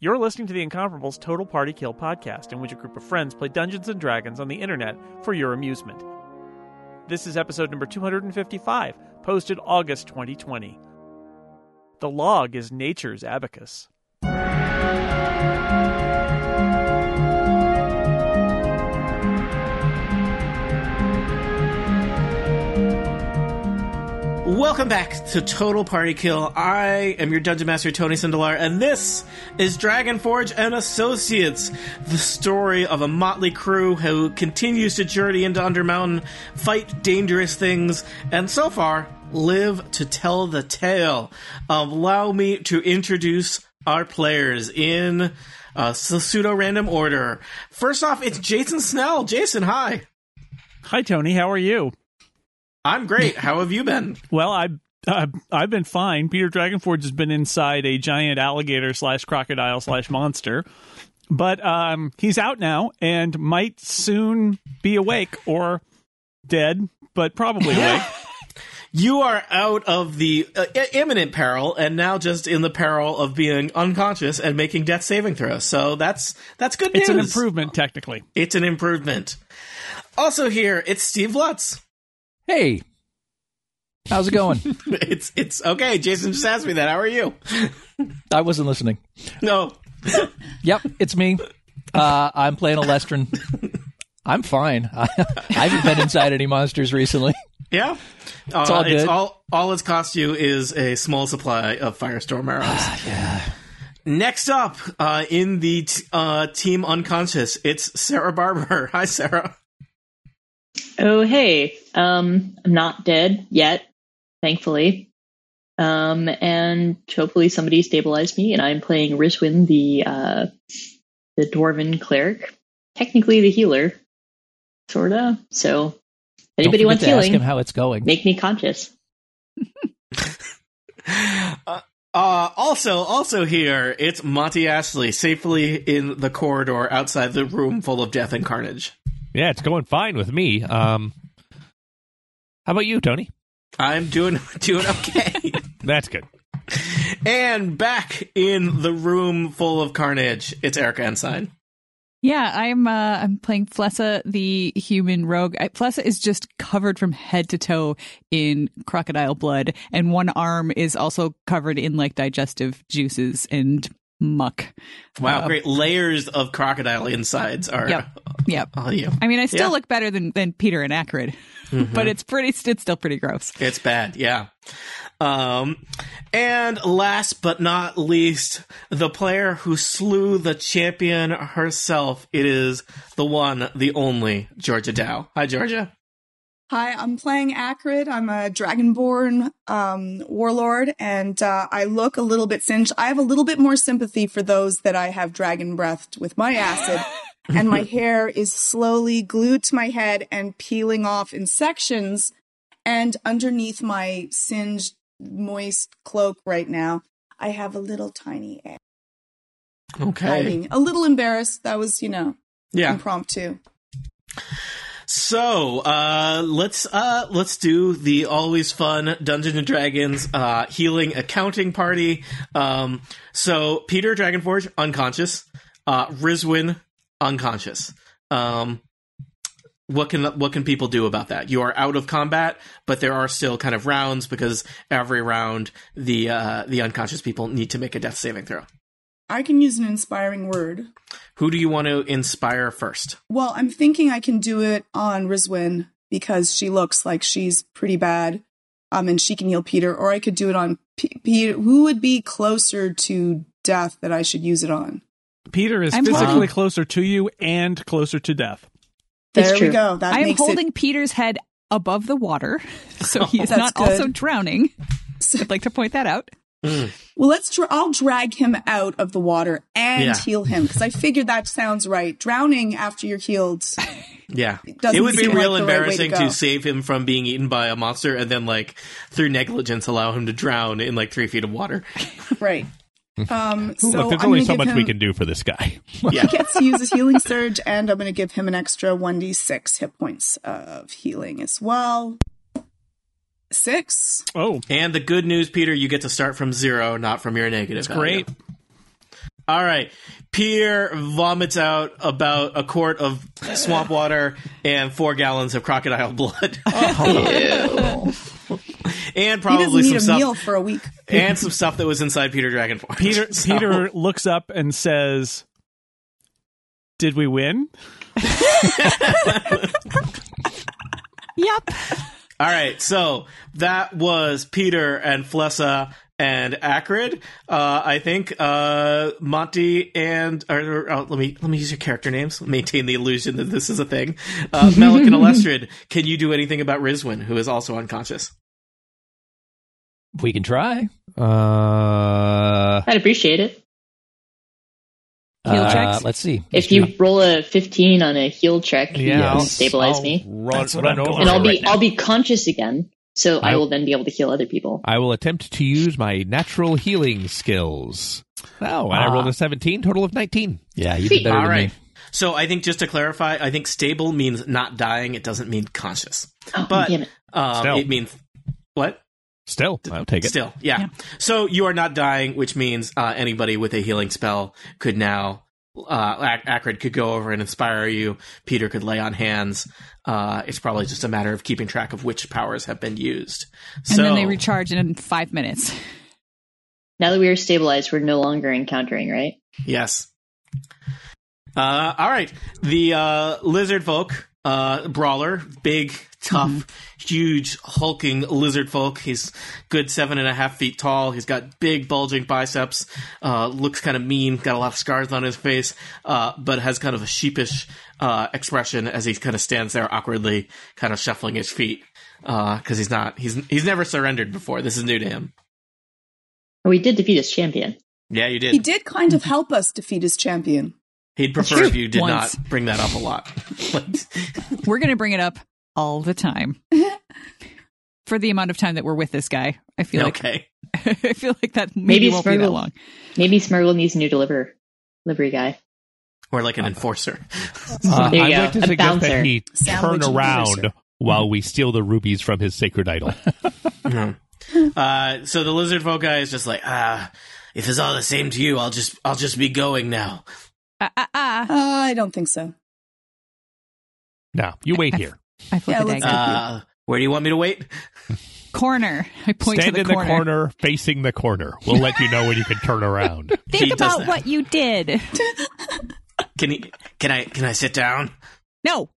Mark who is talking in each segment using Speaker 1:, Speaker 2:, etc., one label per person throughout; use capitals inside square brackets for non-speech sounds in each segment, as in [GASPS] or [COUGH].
Speaker 1: You're listening to the Incomparables Total Party Kill podcast, in which a group of friends play Dungeons and Dragons on the internet for your amusement. This is episode number 255, posted August 2020. The log is nature's abacus.
Speaker 2: Welcome back to Total Party Kill. I am your Dungeon Master Tony Sindelar, and this is Dragon Forge and Associates, the story of a motley crew who continues to journey into Undermountain, fight dangerous things, and so far live to tell the tale. Um, Allow me to introduce our players in uh, pseudo random order. First off, it's Jason Snell. Jason, hi.
Speaker 1: Hi, Tony. How are you?
Speaker 2: I'm great. How have you been?
Speaker 1: Well, I. Uh, I've been fine. Peter Dragonforge has been inside a giant alligator slash crocodile slash monster, but um, he's out now and might soon be awake or dead, but [LAUGHS] probably awake.
Speaker 2: You are out of the uh, i- imminent peril, and now just in the peril of being unconscious and making death saving throws. So that's that's good
Speaker 1: It's an
Speaker 2: news.
Speaker 1: improvement, technically.
Speaker 2: It's an improvement. Also here, it's Steve Lutz. [LAUGHS]
Speaker 3: Hey, how's it
Speaker 4: [LAUGHS]
Speaker 3: going?
Speaker 2: It's it's okay. Jason just asked me that. How are you?
Speaker 3: I wasn't listening.
Speaker 2: No,
Speaker 3: Yep, it's me. Uh, I'm playing a Lestrin. I'm fine. [LAUGHS] I, haven't been inside any monsters recently.
Speaker 2: yeah, uh, it's
Speaker 3: all good.
Speaker 2: all all it's cost you is a small supply of firestorm arrows. Next up, uh, in the t- uh, team unconscious, it's Sarah Barber. [LAUGHS] Hi, Sarah.
Speaker 4: Oh hey, um, I'm not dead yet, thankfully. Um, and hopefully somebody stabilized me. And I'm playing Riswin, the uh, the dwarven cleric, technically the healer, sorta. So, anybody
Speaker 3: Don't forget
Speaker 4: wants
Speaker 3: to Ask
Speaker 4: healing,
Speaker 3: him how it's going.
Speaker 4: make me conscious.
Speaker 2: Uh, uh, also, also here, it's Monty Ashley, safely in the corridor outside the room full of death and carnage.
Speaker 5: Yeah, it's going fine with me. Um, how about you, Tony?
Speaker 2: I'm doing [LAUGHS] doing okay.
Speaker 5: That's good.
Speaker 2: and back in the room full of carnage, it's Erica Ensign.
Speaker 6: Yeah, I'm uh, I'm playing Flessa, the human rogue. I, Flessa is just covered from head to toe in crocodile blood, and one arm is also covered in like digestive juices and muck.
Speaker 2: Wow, great layers of crocodile insides are
Speaker 6: Yep. Yep.
Speaker 2: on you.
Speaker 6: I mean, I still
Speaker 2: Yeah.
Speaker 6: look better than than Peter and Acrid, but it's pretty. It's still pretty gross.
Speaker 2: It's bad, yeah. Um, and last but not least, the player who slew the champion herself. It is the one, the only Georgia Dow. Hi, Georgia.
Speaker 7: Hi, I'm playing Acrid. I'm a Dragonborn um, warlord, and uh, I look a little bit singed. I have a little bit more sympathy for those that I have dragon breathed with my acid, and my hair is slowly glued to my head and peeling off in sections. And underneath my singed, moist cloak right now, I have a little tiny egg.
Speaker 2: Okay.
Speaker 7: hiding. A little embarrassed. That was, you know,
Speaker 2: yeah.
Speaker 7: impromptu.
Speaker 2: So uh, let's uh, let's do the always fun Dungeons and Dragons uh, healing accounting party. Um, so Peter Dragonforge unconscious, uh, Rizwin unconscious. Um, what can what can people do about that? You are out of combat, but there are still kind of rounds because every round the uh, the unconscious people need to make a death saving throw.
Speaker 7: I can use an inspiring word.
Speaker 2: Who do you want to inspire first?
Speaker 7: Well, I'm thinking I can do it on Rizwin because she looks like she's pretty bad, um, and she can heal Peter. Or I could do it on P- Peter. Who would be closer to death that I should use it on?
Speaker 1: Peter is
Speaker 6: I'm
Speaker 1: physically
Speaker 6: holding-
Speaker 1: closer to you and closer to death.
Speaker 4: It's
Speaker 7: There we
Speaker 4: true.
Speaker 7: go. That
Speaker 6: I am
Speaker 7: makes
Speaker 6: holding
Speaker 7: it.
Speaker 6: Peter's head above the water, [LAUGHS] so he is
Speaker 7: That's
Speaker 6: not
Speaker 7: good.
Speaker 6: also drowning. I'd like to point that out.
Speaker 7: Well, let's. Dra- I'll drag him out of the water and
Speaker 2: Yeah.
Speaker 7: heal him because I figured that sounds right. Drowning after
Speaker 6: [LAUGHS]
Speaker 7: you're healed.
Speaker 2: Yeah. It,
Speaker 7: doesn't
Speaker 2: would be
Speaker 7: seem like
Speaker 2: real
Speaker 7: the right way to
Speaker 2: embarrassing to,
Speaker 7: go.
Speaker 2: save him from being eaten by a monster and then, like, through negligence, allow him to drown in, like, three feet of water.
Speaker 7: Right. Um, so
Speaker 5: Look, there's
Speaker 7: I'm
Speaker 5: only
Speaker 7: gonna
Speaker 5: so
Speaker 7: give
Speaker 5: much
Speaker 7: him-
Speaker 5: we can do for this guy.
Speaker 2: Yeah.
Speaker 7: He gets to use his healing surge, and I'm going to give him an extra 1d6 hit points of healing as well. Six.
Speaker 1: Oh,
Speaker 2: and the good news, Peter, you get to start from zero, not from your negative.
Speaker 1: that's great.
Speaker 2: All right. Pierre vomits out about a quart of swamp water and four gallons of crocodile blood, [LAUGHS] and
Speaker 7: Oh, he doesn't
Speaker 2: probably
Speaker 7: need
Speaker 2: some
Speaker 7: a
Speaker 2: stuff
Speaker 7: meal for a week.
Speaker 2: and some stuff that was inside Peter Dragonforge.
Speaker 1: Peter
Speaker 2: [LAUGHS]
Speaker 5: [LAUGHS]
Speaker 2: So-
Speaker 1: Peter looks up and says, "Did we win?"
Speaker 6: Yep.
Speaker 2: All right, so that was Peter and Flessa and Acrid. Uh, I think uh, Monty and or, or, oh, let me let me use your character names. Maintain the illusion that this is a thing. Uh, Malik and Alestrid, can you do anything about Rizwin, who is also unconscious?
Speaker 3: We can try.
Speaker 5: Uh,
Speaker 4: I'd appreciate it.
Speaker 6: Heel
Speaker 3: Uh,
Speaker 6: checks?
Speaker 3: let's see.
Speaker 4: If you roll a 15 on a heal check, you
Speaker 5: yeah,
Speaker 4: can
Speaker 5: I'll-
Speaker 4: stabilize
Speaker 5: I'll
Speaker 4: me.
Speaker 5: Run,
Speaker 3: That's what
Speaker 5: run
Speaker 3: I'm
Speaker 5: over
Speaker 3: going
Speaker 4: And
Speaker 5: it
Speaker 4: I'll
Speaker 5: right
Speaker 4: be
Speaker 5: now.
Speaker 4: I'll be conscious again, so I
Speaker 5: I-
Speaker 4: will then be able to heal other people.
Speaker 5: I will attempt to use my natural healing skills. Oh, and I rolled a 17, total of 19.
Speaker 3: Ah. Yeah, you did better
Speaker 2: All
Speaker 3: than
Speaker 2: right.
Speaker 3: me.
Speaker 2: So I think just to clarify, I think stable means not dying. It doesn't mean conscious,
Speaker 4: Oh,
Speaker 2: but
Speaker 4: damn it.
Speaker 2: um,
Speaker 5: Still.
Speaker 2: it means what?
Speaker 5: Still, I'll take it.
Speaker 2: Still, yeah. So you are not dying, which means uh, anybody with a healing spell could now. Uh, Ac- Acrid could go over and inspire you. Peter could lay on hands. Uh, it's probably just a matter of keeping track of which powers have been used.
Speaker 6: And
Speaker 2: so,
Speaker 6: then they recharge in five minutes.
Speaker 4: Now that we are stabilized, we're no longer encountering, right?
Speaker 2: yes. Uh, all right. The uh, lizard folk, uh, brawler, big, tough, huge, hulking lizard folk. He's good seven and a half feet tall. He's got big, bulging biceps. Uh, looks kind of mean. Got a lot of scars on his face, uh, but has kind of a sheepish uh, expression as he kind of stands there awkwardly, kind of shuffling his feet because he's not. He's he's never surrendered before. This is new to him.
Speaker 4: We did defeat his champion.
Speaker 2: Yeah, you did.
Speaker 7: He did kind of help us defeat his champion.
Speaker 2: He'd
Speaker 6: That's
Speaker 2: prefer if
Speaker 6: true.
Speaker 2: you did
Speaker 6: Once.
Speaker 2: not bring that up a lot. But-
Speaker 6: We're going to bring it up all the time for the amount of time that we're with this guy. I feel
Speaker 2: okay.
Speaker 6: like [LAUGHS] I feel like that
Speaker 4: Maybe
Speaker 6: maybe,
Speaker 4: it's
Speaker 6: won't be that
Speaker 4: Virgil.
Speaker 6: long.
Speaker 4: Maybe Smurgle needs a new deliver delivery guy.
Speaker 2: Or like an enforcer.
Speaker 5: Uh,
Speaker 4: There you
Speaker 5: I
Speaker 4: go.
Speaker 5: like to
Speaker 4: A
Speaker 5: suggest
Speaker 4: bouncer.
Speaker 5: that he
Speaker 7: Sandwich
Speaker 5: turn
Speaker 7: and
Speaker 5: around
Speaker 7: bouncer.
Speaker 5: while we steal the rubies from his
Speaker 3: [LAUGHS]
Speaker 5: sacred idol.
Speaker 2: Mhm. uh, so the lizard folk guy is just like, ah, if it's all the same to you, I'll just I'll just be going now.
Speaker 6: Ah, ah, ah.
Speaker 7: Uh, I don't think so.
Speaker 5: now, you wait here.
Speaker 6: I flip
Speaker 7: Yeah,
Speaker 6: the
Speaker 7: let's-
Speaker 6: dagger.
Speaker 2: Uh, where do you want me to wait?
Speaker 6: corner. I point
Speaker 5: Stand
Speaker 6: to
Speaker 5: in
Speaker 6: the corner.
Speaker 5: the corner, facing the corner. We'll let you know when you can turn around.
Speaker 2: He
Speaker 6: Think
Speaker 2: does
Speaker 6: about
Speaker 2: that.
Speaker 6: what you did.
Speaker 2: Can he, can I can I sit down?
Speaker 6: No,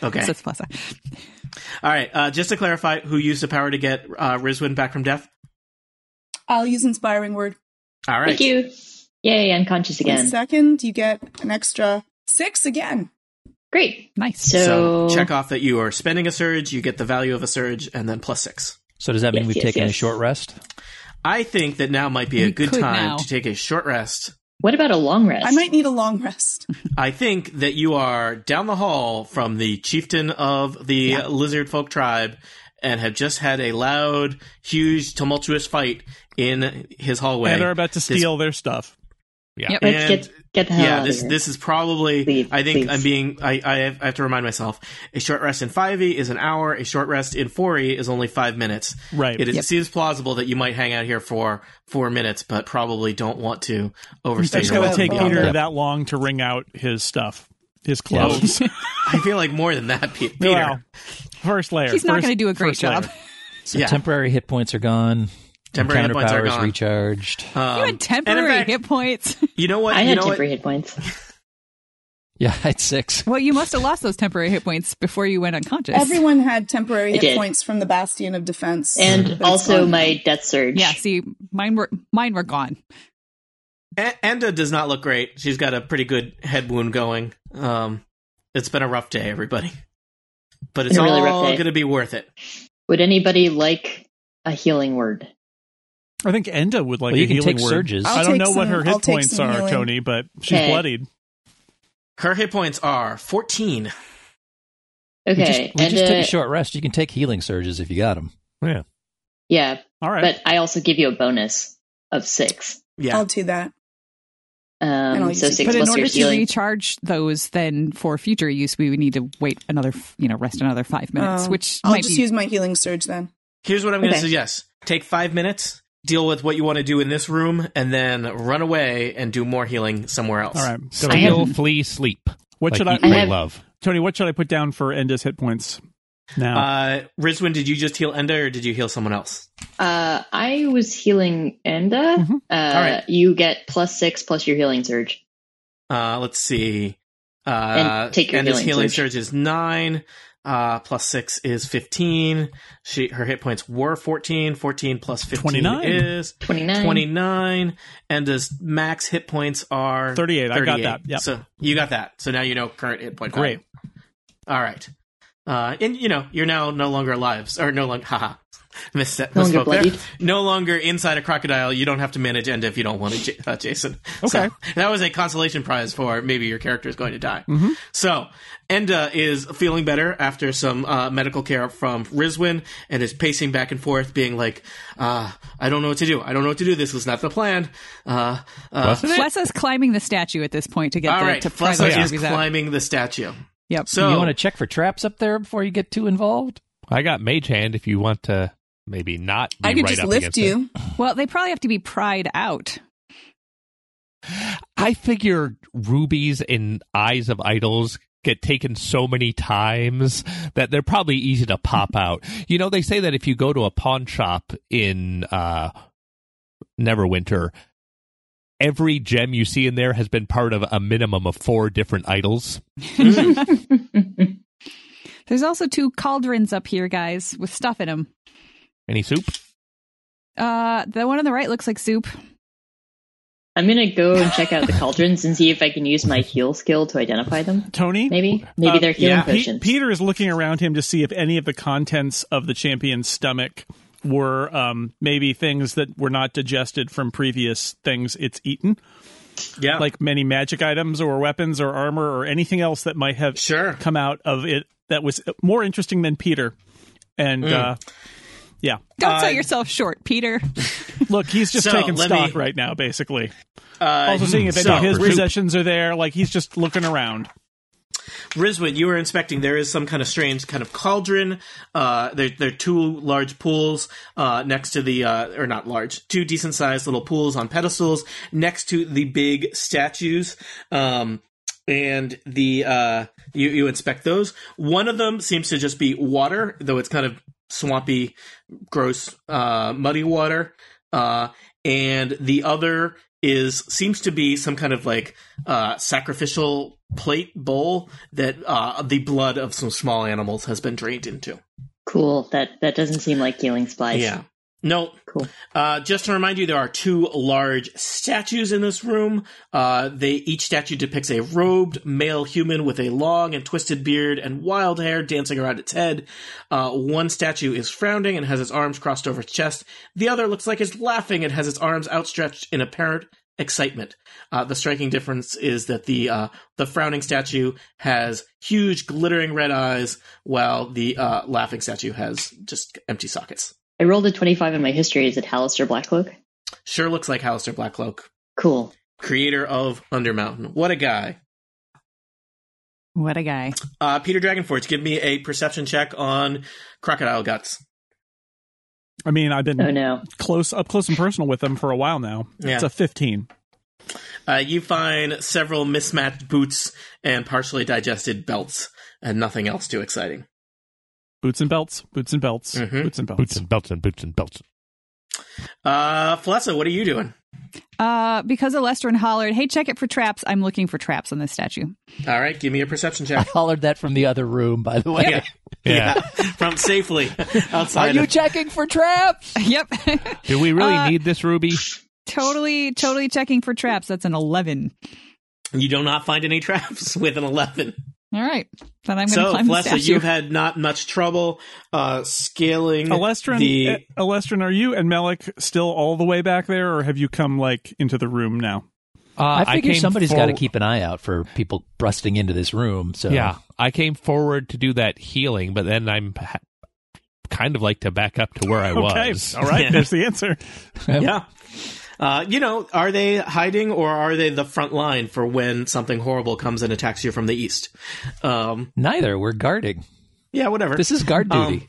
Speaker 2: Okay.
Speaker 6: says Flessa.
Speaker 2: all right. Uh, just to clarify, who used the power to get uh, Rizwin back from death?
Speaker 7: I'll use inspiring word.
Speaker 2: All right.
Speaker 4: Thank you. Yay, unconscious
Speaker 7: One
Speaker 4: again.
Speaker 7: second, you get an extra six again.
Speaker 4: Great.
Speaker 6: Nice.
Speaker 4: So,
Speaker 2: So check off that you are spending a surge. You get the value of a surge, and then plus six.
Speaker 3: So does that mean
Speaker 4: Yes,
Speaker 3: we've
Speaker 4: yes,
Speaker 3: taken
Speaker 4: yes.
Speaker 3: a short rest?
Speaker 2: I think that now might be a
Speaker 6: We
Speaker 2: good
Speaker 6: could
Speaker 2: time
Speaker 6: now.
Speaker 2: to take a short rest
Speaker 4: what about a long rest?
Speaker 7: I might need a long rest.
Speaker 2: I think that you are down the hall from the chieftain of the lizard folk tribe and have just had a loud, huge, tumultuous fight in his hallway.
Speaker 1: And are about to steal their stuff.
Speaker 5: Yeah.
Speaker 6: Yep.
Speaker 4: Let's get,
Speaker 2: and-
Speaker 4: get the
Speaker 6: Oh,
Speaker 4: hell
Speaker 2: yeah,
Speaker 4: out
Speaker 2: this
Speaker 4: of here.
Speaker 2: this is probably.
Speaker 4: Leave,
Speaker 2: I think
Speaker 4: please.
Speaker 2: I'm being. I, I, have, I have to remind myself. A short rest in 5e is an hour. A short rest in 4e is only five minutes.
Speaker 1: Right.
Speaker 2: It is-
Speaker 6: Yep.
Speaker 2: seems plausible that you might hang out here for four minutes, but probably don't want to overstay
Speaker 1: It's
Speaker 2: your
Speaker 1: going to
Speaker 2: welcome.
Speaker 1: take
Speaker 2: beyond
Speaker 1: Peter
Speaker 2: that.
Speaker 1: that long to wring out his stuff, his clothes. [LAUGHS]
Speaker 2: I feel like more than that, Pe- Peter.
Speaker 1: Wow. First layer.
Speaker 6: He's not
Speaker 1: First-
Speaker 6: gonna do a great
Speaker 1: first layer.
Speaker 6: job.
Speaker 3: So
Speaker 2: Yeah.
Speaker 3: temporary hit points are gone.
Speaker 2: Temporary hit
Speaker 3: Encounter
Speaker 2: points are
Speaker 3: powers
Speaker 2: gone.
Speaker 3: recharged.
Speaker 2: Um,
Speaker 6: you had temporary
Speaker 2: and in fact,
Speaker 6: hit points. [LAUGHS]
Speaker 2: You know what?
Speaker 4: I
Speaker 2: you
Speaker 4: had
Speaker 2: know what?
Speaker 4: temporary hit points.
Speaker 3: Yeah, [LAUGHS] it's six.
Speaker 6: well, you must have lost those temporary hit points before you went unconscious.
Speaker 7: Everyone had temporary
Speaker 4: I
Speaker 7: hit
Speaker 4: did.
Speaker 7: points from the Bastion of Defense. But
Speaker 4: And
Speaker 7: it's
Speaker 4: also
Speaker 7: gone.
Speaker 4: my death surge.
Speaker 6: yeah. See, mine were mine were gone.
Speaker 2: A- Enda does not look great. She's got a pretty good head wound going. Um, it's been a rough day, everybody. But it's
Speaker 4: A really rough
Speaker 2: all
Speaker 4: day.
Speaker 2: going to be worth it.
Speaker 4: Would anybody like a healing word?
Speaker 1: I think Enda would like
Speaker 3: well, you
Speaker 1: a
Speaker 3: can
Speaker 1: healing
Speaker 3: take
Speaker 1: word.
Speaker 3: surges.
Speaker 1: I
Speaker 7: I'll
Speaker 1: don't
Speaker 7: take
Speaker 1: know what
Speaker 7: some-
Speaker 1: her hit
Speaker 7: I'll take
Speaker 1: points
Speaker 7: some
Speaker 1: are,
Speaker 7: healing.
Speaker 1: Tony, but she's
Speaker 4: Okay.
Speaker 1: bloodied.
Speaker 2: Her hit points are 14.
Speaker 3: We just-
Speaker 4: Okay.
Speaker 3: we just,
Speaker 4: and, uh,
Speaker 3: took a short rest. You can take healing surges if you got them.
Speaker 5: Yeah.
Speaker 4: Yeah,
Speaker 1: All right.
Speaker 4: but I also give you a bonus of six.
Speaker 2: Yeah.
Speaker 7: I'll do that. And I'll
Speaker 4: Um,
Speaker 7: use
Speaker 4: so
Speaker 7: it.
Speaker 4: six
Speaker 6: But in
Speaker 4: plus your
Speaker 6: order to
Speaker 4: healing.
Speaker 6: recharge those, then for future use, we would need to wait another, f- you know, rest another five minutes,
Speaker 7: Um,
Speaker 6: which
Speaker 7: I'll
Speaker 6: might
Speaker 7: just
Speaker 6: be
Speaker 7: use my healing surge then.
Speaker 2: Here's what I'm going to
Speaker 4: Okay.
Speaker 2: suggest take five minutes, deal with what you want to do in this room, and then run away and do more healing somewhere else.
Speaker 8: All right,
Speaker 5: So
Speaker 4: I
Speaker 5: heal,
Speaker 4: have-
Speaker 5: flee, sleep.
Speaker 8: What
Speaker 5: Like
Speaker 8: should
Speaker 5: eat,
Speaker 8: I,
Speaker 5: pray,
Speaker 4: I have-
Speaker 5: love?
Speaker 8: Tony? What should I put down for Enda's hit points? Now,
Speaker 2: Uh, Rizwin, did you just heal Enda, or did you heal someone else?
Speaker 4: Uh, I was healing Enda.
Speaker 8: Mhm.
Speaker 4: Uh,
Speaker 2: Mm-hmm. right.
Speaker 4: You get plus six plus your healing surge.
Speaker 2: Uh, let's see. Uh,
Speaker 4: And take your
Speaker 2: Enda's
Speaker 4: healing
Speaker 2: healing
Speaker 4: surge.
Speaker 2: surge is nine. Uh, plus six is fifteen. She her hit points were fourteen. Fourteen plus fifteen
Speaker 8: 29.
Speaker 2: is
Speaker 4: 29.
Speaker 2: 29 and his max hit points are
Speaker 8: 38. I got that. Yep.
Speaker 2: so you got that so now you know current hit point
Speaker 8: Great.
Speaker 2: value. all right uh and you know you're now no longer alive or no longer [LAUGHS] haha Miss that
Speaker 4: No longer
Speaker 2: misspoke there.
Speaker 4: bloodied.
Speaker 2: no longer inside a crocodile you don't have to manage end if you don't want to J- uh, jason
Speaker 8: Okay.
Speaker 2: So, that was a consolation prize for maybe your character is going to die
Speaker 8: Mhm.
Speaker 2: so enda is feeling better after some uh, medical care from rizwin and is pacing back and forth being like uh, i don't know what to do i don't know what to do this was not the plan uh, uh,
Speaker 5: Wasn't it?
Speaker 6: Flessa's climbing the statue at this point to get
Speaker 2: all
Speaker 6: the,
Speaker 2: right
Speaker 6: to pry
Speaker 2: Flessa
Speaker 6: those
Speaker 2: is
Speaker 6: rubies out.
Speaker 2: climbing the statue
Speaker 6: Yep.
Speaker 2: so
Speaker 3: you want to check for traps up there before you get too involved?
Speaker 5: I got mage hand. If you want to, maybe not. Be
Speaker 7: I could
Speaker 5: right
Speaker 7: just
Speaker 5: up
Speaker 7: lift
Speaker 5: against it.
Speaker 7: you.
Speaker 6: Well, they probably have to be pried out.
Speaker 5: I figure rubies and eyes of idols get taken so many times that they're probably easy to [LAUGHS] pop out. You know, they say that if you go to a pawn shop in uh, Neverwinter, every gem you see in there has been part of a minimum of four different idols.
Speaker 6: There's also two cauldrons up here, guys, with stuff in them.
Speaker 5: Any soup?
Speaker 6: Uh, the one on the right looks like soup.
Speaker 4: I'm going to go and check out the cauldrons and see if I can use my heal skill to identify them.
Speaker 8: Tony,
Speaker 4: Maybe. Maybe
Speaker 8: Uh,
Speaker 4: they're healing
Speaker 2: yeah. Pe-
Speaker 4: potions.
Speaker 8: Peter is looking around him to see if any of the contents of the champion's stomach were um, maybe things that were not digested from previous things it's eaten,
Speaker 2: yeah
Speaker 8: like many magic items or weapons or armor or anything else that might have
Speaker 2: sure
Speaker 8: come out of it that was more interesting than Peter. And
Speaker 2: Hmm.
Speaker 8: uh, yeah,
Speaker 6: Don't
Speaker 2: Uh,
Speaker 6: sell yourself short, Peter.
Speaker 8: look, he's just
Speaker 2: So,
Speaker 8: taking
Speaker 2: let
Speaker 8: stock
Speaker 2: me-
Speaker 8: right now, basically.
Speaker 2: uh,
Speaker 8: Also, seeing if any
Speaker 2: so,
Speaker 8: of his
Speaker 2: Riz-
Speaker 8: possessions are there, like he's just looking around.
Speaker 2: Rizwin, you were inspecting. There is some kind of strange kind of cauldron. Uh, there, there are two large pools uh, next to the, uh, or not large, two decent sized little pools on pedestals next to the big statues. Um, and the uh, you, you inspect those. One of them seems to just be water, though it's kind of swampy, gross, uh, muddy water. Uh, and the other is seems to be some kind of like uh, sacrificial plate bowl that uh, the blood of some small animals has been drained into.
Speaker 4: cool. That that doesn't seem like healing supplies.
Speaker 2: Yeah. No,
Speaker 4: Cool.
Speaker 2: uh, just to remind you, there are two large statues in this room. Uh, they each statue depicts a robed male human with a long and twisted beard and wild hair dancing around its head. Uh, one statue is frowning and has its arms crossed over its chest. The other looks like it's laughing and has its arms outstretched in apparent excitement. Uh, the striking difference is that the uh, the frowning statue has huge glittering red eyes, while the uh, laughing statue has just empty sockets.
Speaker 4: I rolled a 25 in my history. Is it Hallister Blackcloak?
Speaker 2: Sure looks like Hallister Blackcloak,
Speaker 4: Cool.
Speaker 2: creator of Undermountain. What a guy.
Speaker 6: [LAUGHS] What a guy.
Speaker 2: Uh, Peter Dragonforge, give me a perception check on Crocodile Guts.
Speaker 8: I mean, I've
Speaker 2: Mm-hmm.
Speaker 8: been
Speaker 4: Oh no.
Speaker 8: close, up close and personal with them for a while now.
Speaker 2: Yeah.
Speaker 8: It's a 15.
Speaker 2: Uh, you find several mismatched boots and partially digested belts, and nothing else too exciting.
Speaker 8: Boots and belts, boots and belts,
Speaker 2: Mhm.
Speaker 8: boots and belts.
Speaker 5: Boots and belts and boots and belts.
Speaker 2: Uh, Flessa, what are you doing?
Speaker 6: Uh, because Alestrin hollered, "Hey, check it for traps." I'm looking for traps on this statue.
Speaker 2: All right, give me a perception
Speaker 3: I
Speaker 6: [LAUGHS]
Speaker 2: check.
Speaker 3: hollered that from the other room, by the way.
Speaker 2: Yeah.
Speaker 5: [LAUGHS]
Speaker 2: [LAUGHS]
Speaker 5: Yeah.
Speaker 2: From safely
Speaker 3: Are
Speaker 2: outside.
Speaker 3: you
Speaker 2: of-
Speaker 3: checking for traps?
Speaker 6: [LAUGHS] yep.
Speaker 5: Do we really
Speaker 6: Uh,
Speaker 5: need this ruby?
Speaker 6: totally, totally checking for traps. That's an 11.
Speaker 2: you do not find any [LAUGHS] traps with an 11.
Speaker 6: All right. Then I'm going to
Speaker 2: So,
Speaker 6: climb the
Speaker 2: Flessa,
Speaker 6: statue.
Speaker 2: you've had not much trouble uh, scaling
Speaker 8: Alestrin,
Speaker 2: the.
Speaker 6: uh,
Speaker 8: eh, Alestrin, are you and Melik still all the way back there, or have you come like into the room now?
Speaker 5: Uh,
Speaker 3: I figure
Speaker 5: came
Speaker 3: somebody's got to
Speaker 5: for-
Speaker 3: keep an eye out for people busting into this room. So
Speaker 5: Yeah, I came forward to do that healing, but then I'm ha- kind of like to back up to where
Speaker 8: [LAUGHS]
Speaker 5: I
Speaker 8: Okay,
Speaker 5: was.
Speaker 8: all right.
Speaker 2: [LAUGHS] Yeah.
Speaker 8: There's the answer.
Speaker 2: Yeah. Uh, you know, are they hiding or are they the front line for when something horrible comes and attacks you from the east? Um,
Speaker 3: neither. We're guarding.
Speaker 2: yeah, whatever.
Speaker 3: This is guard
Speaker 2: Um,
Speaker 3: duty.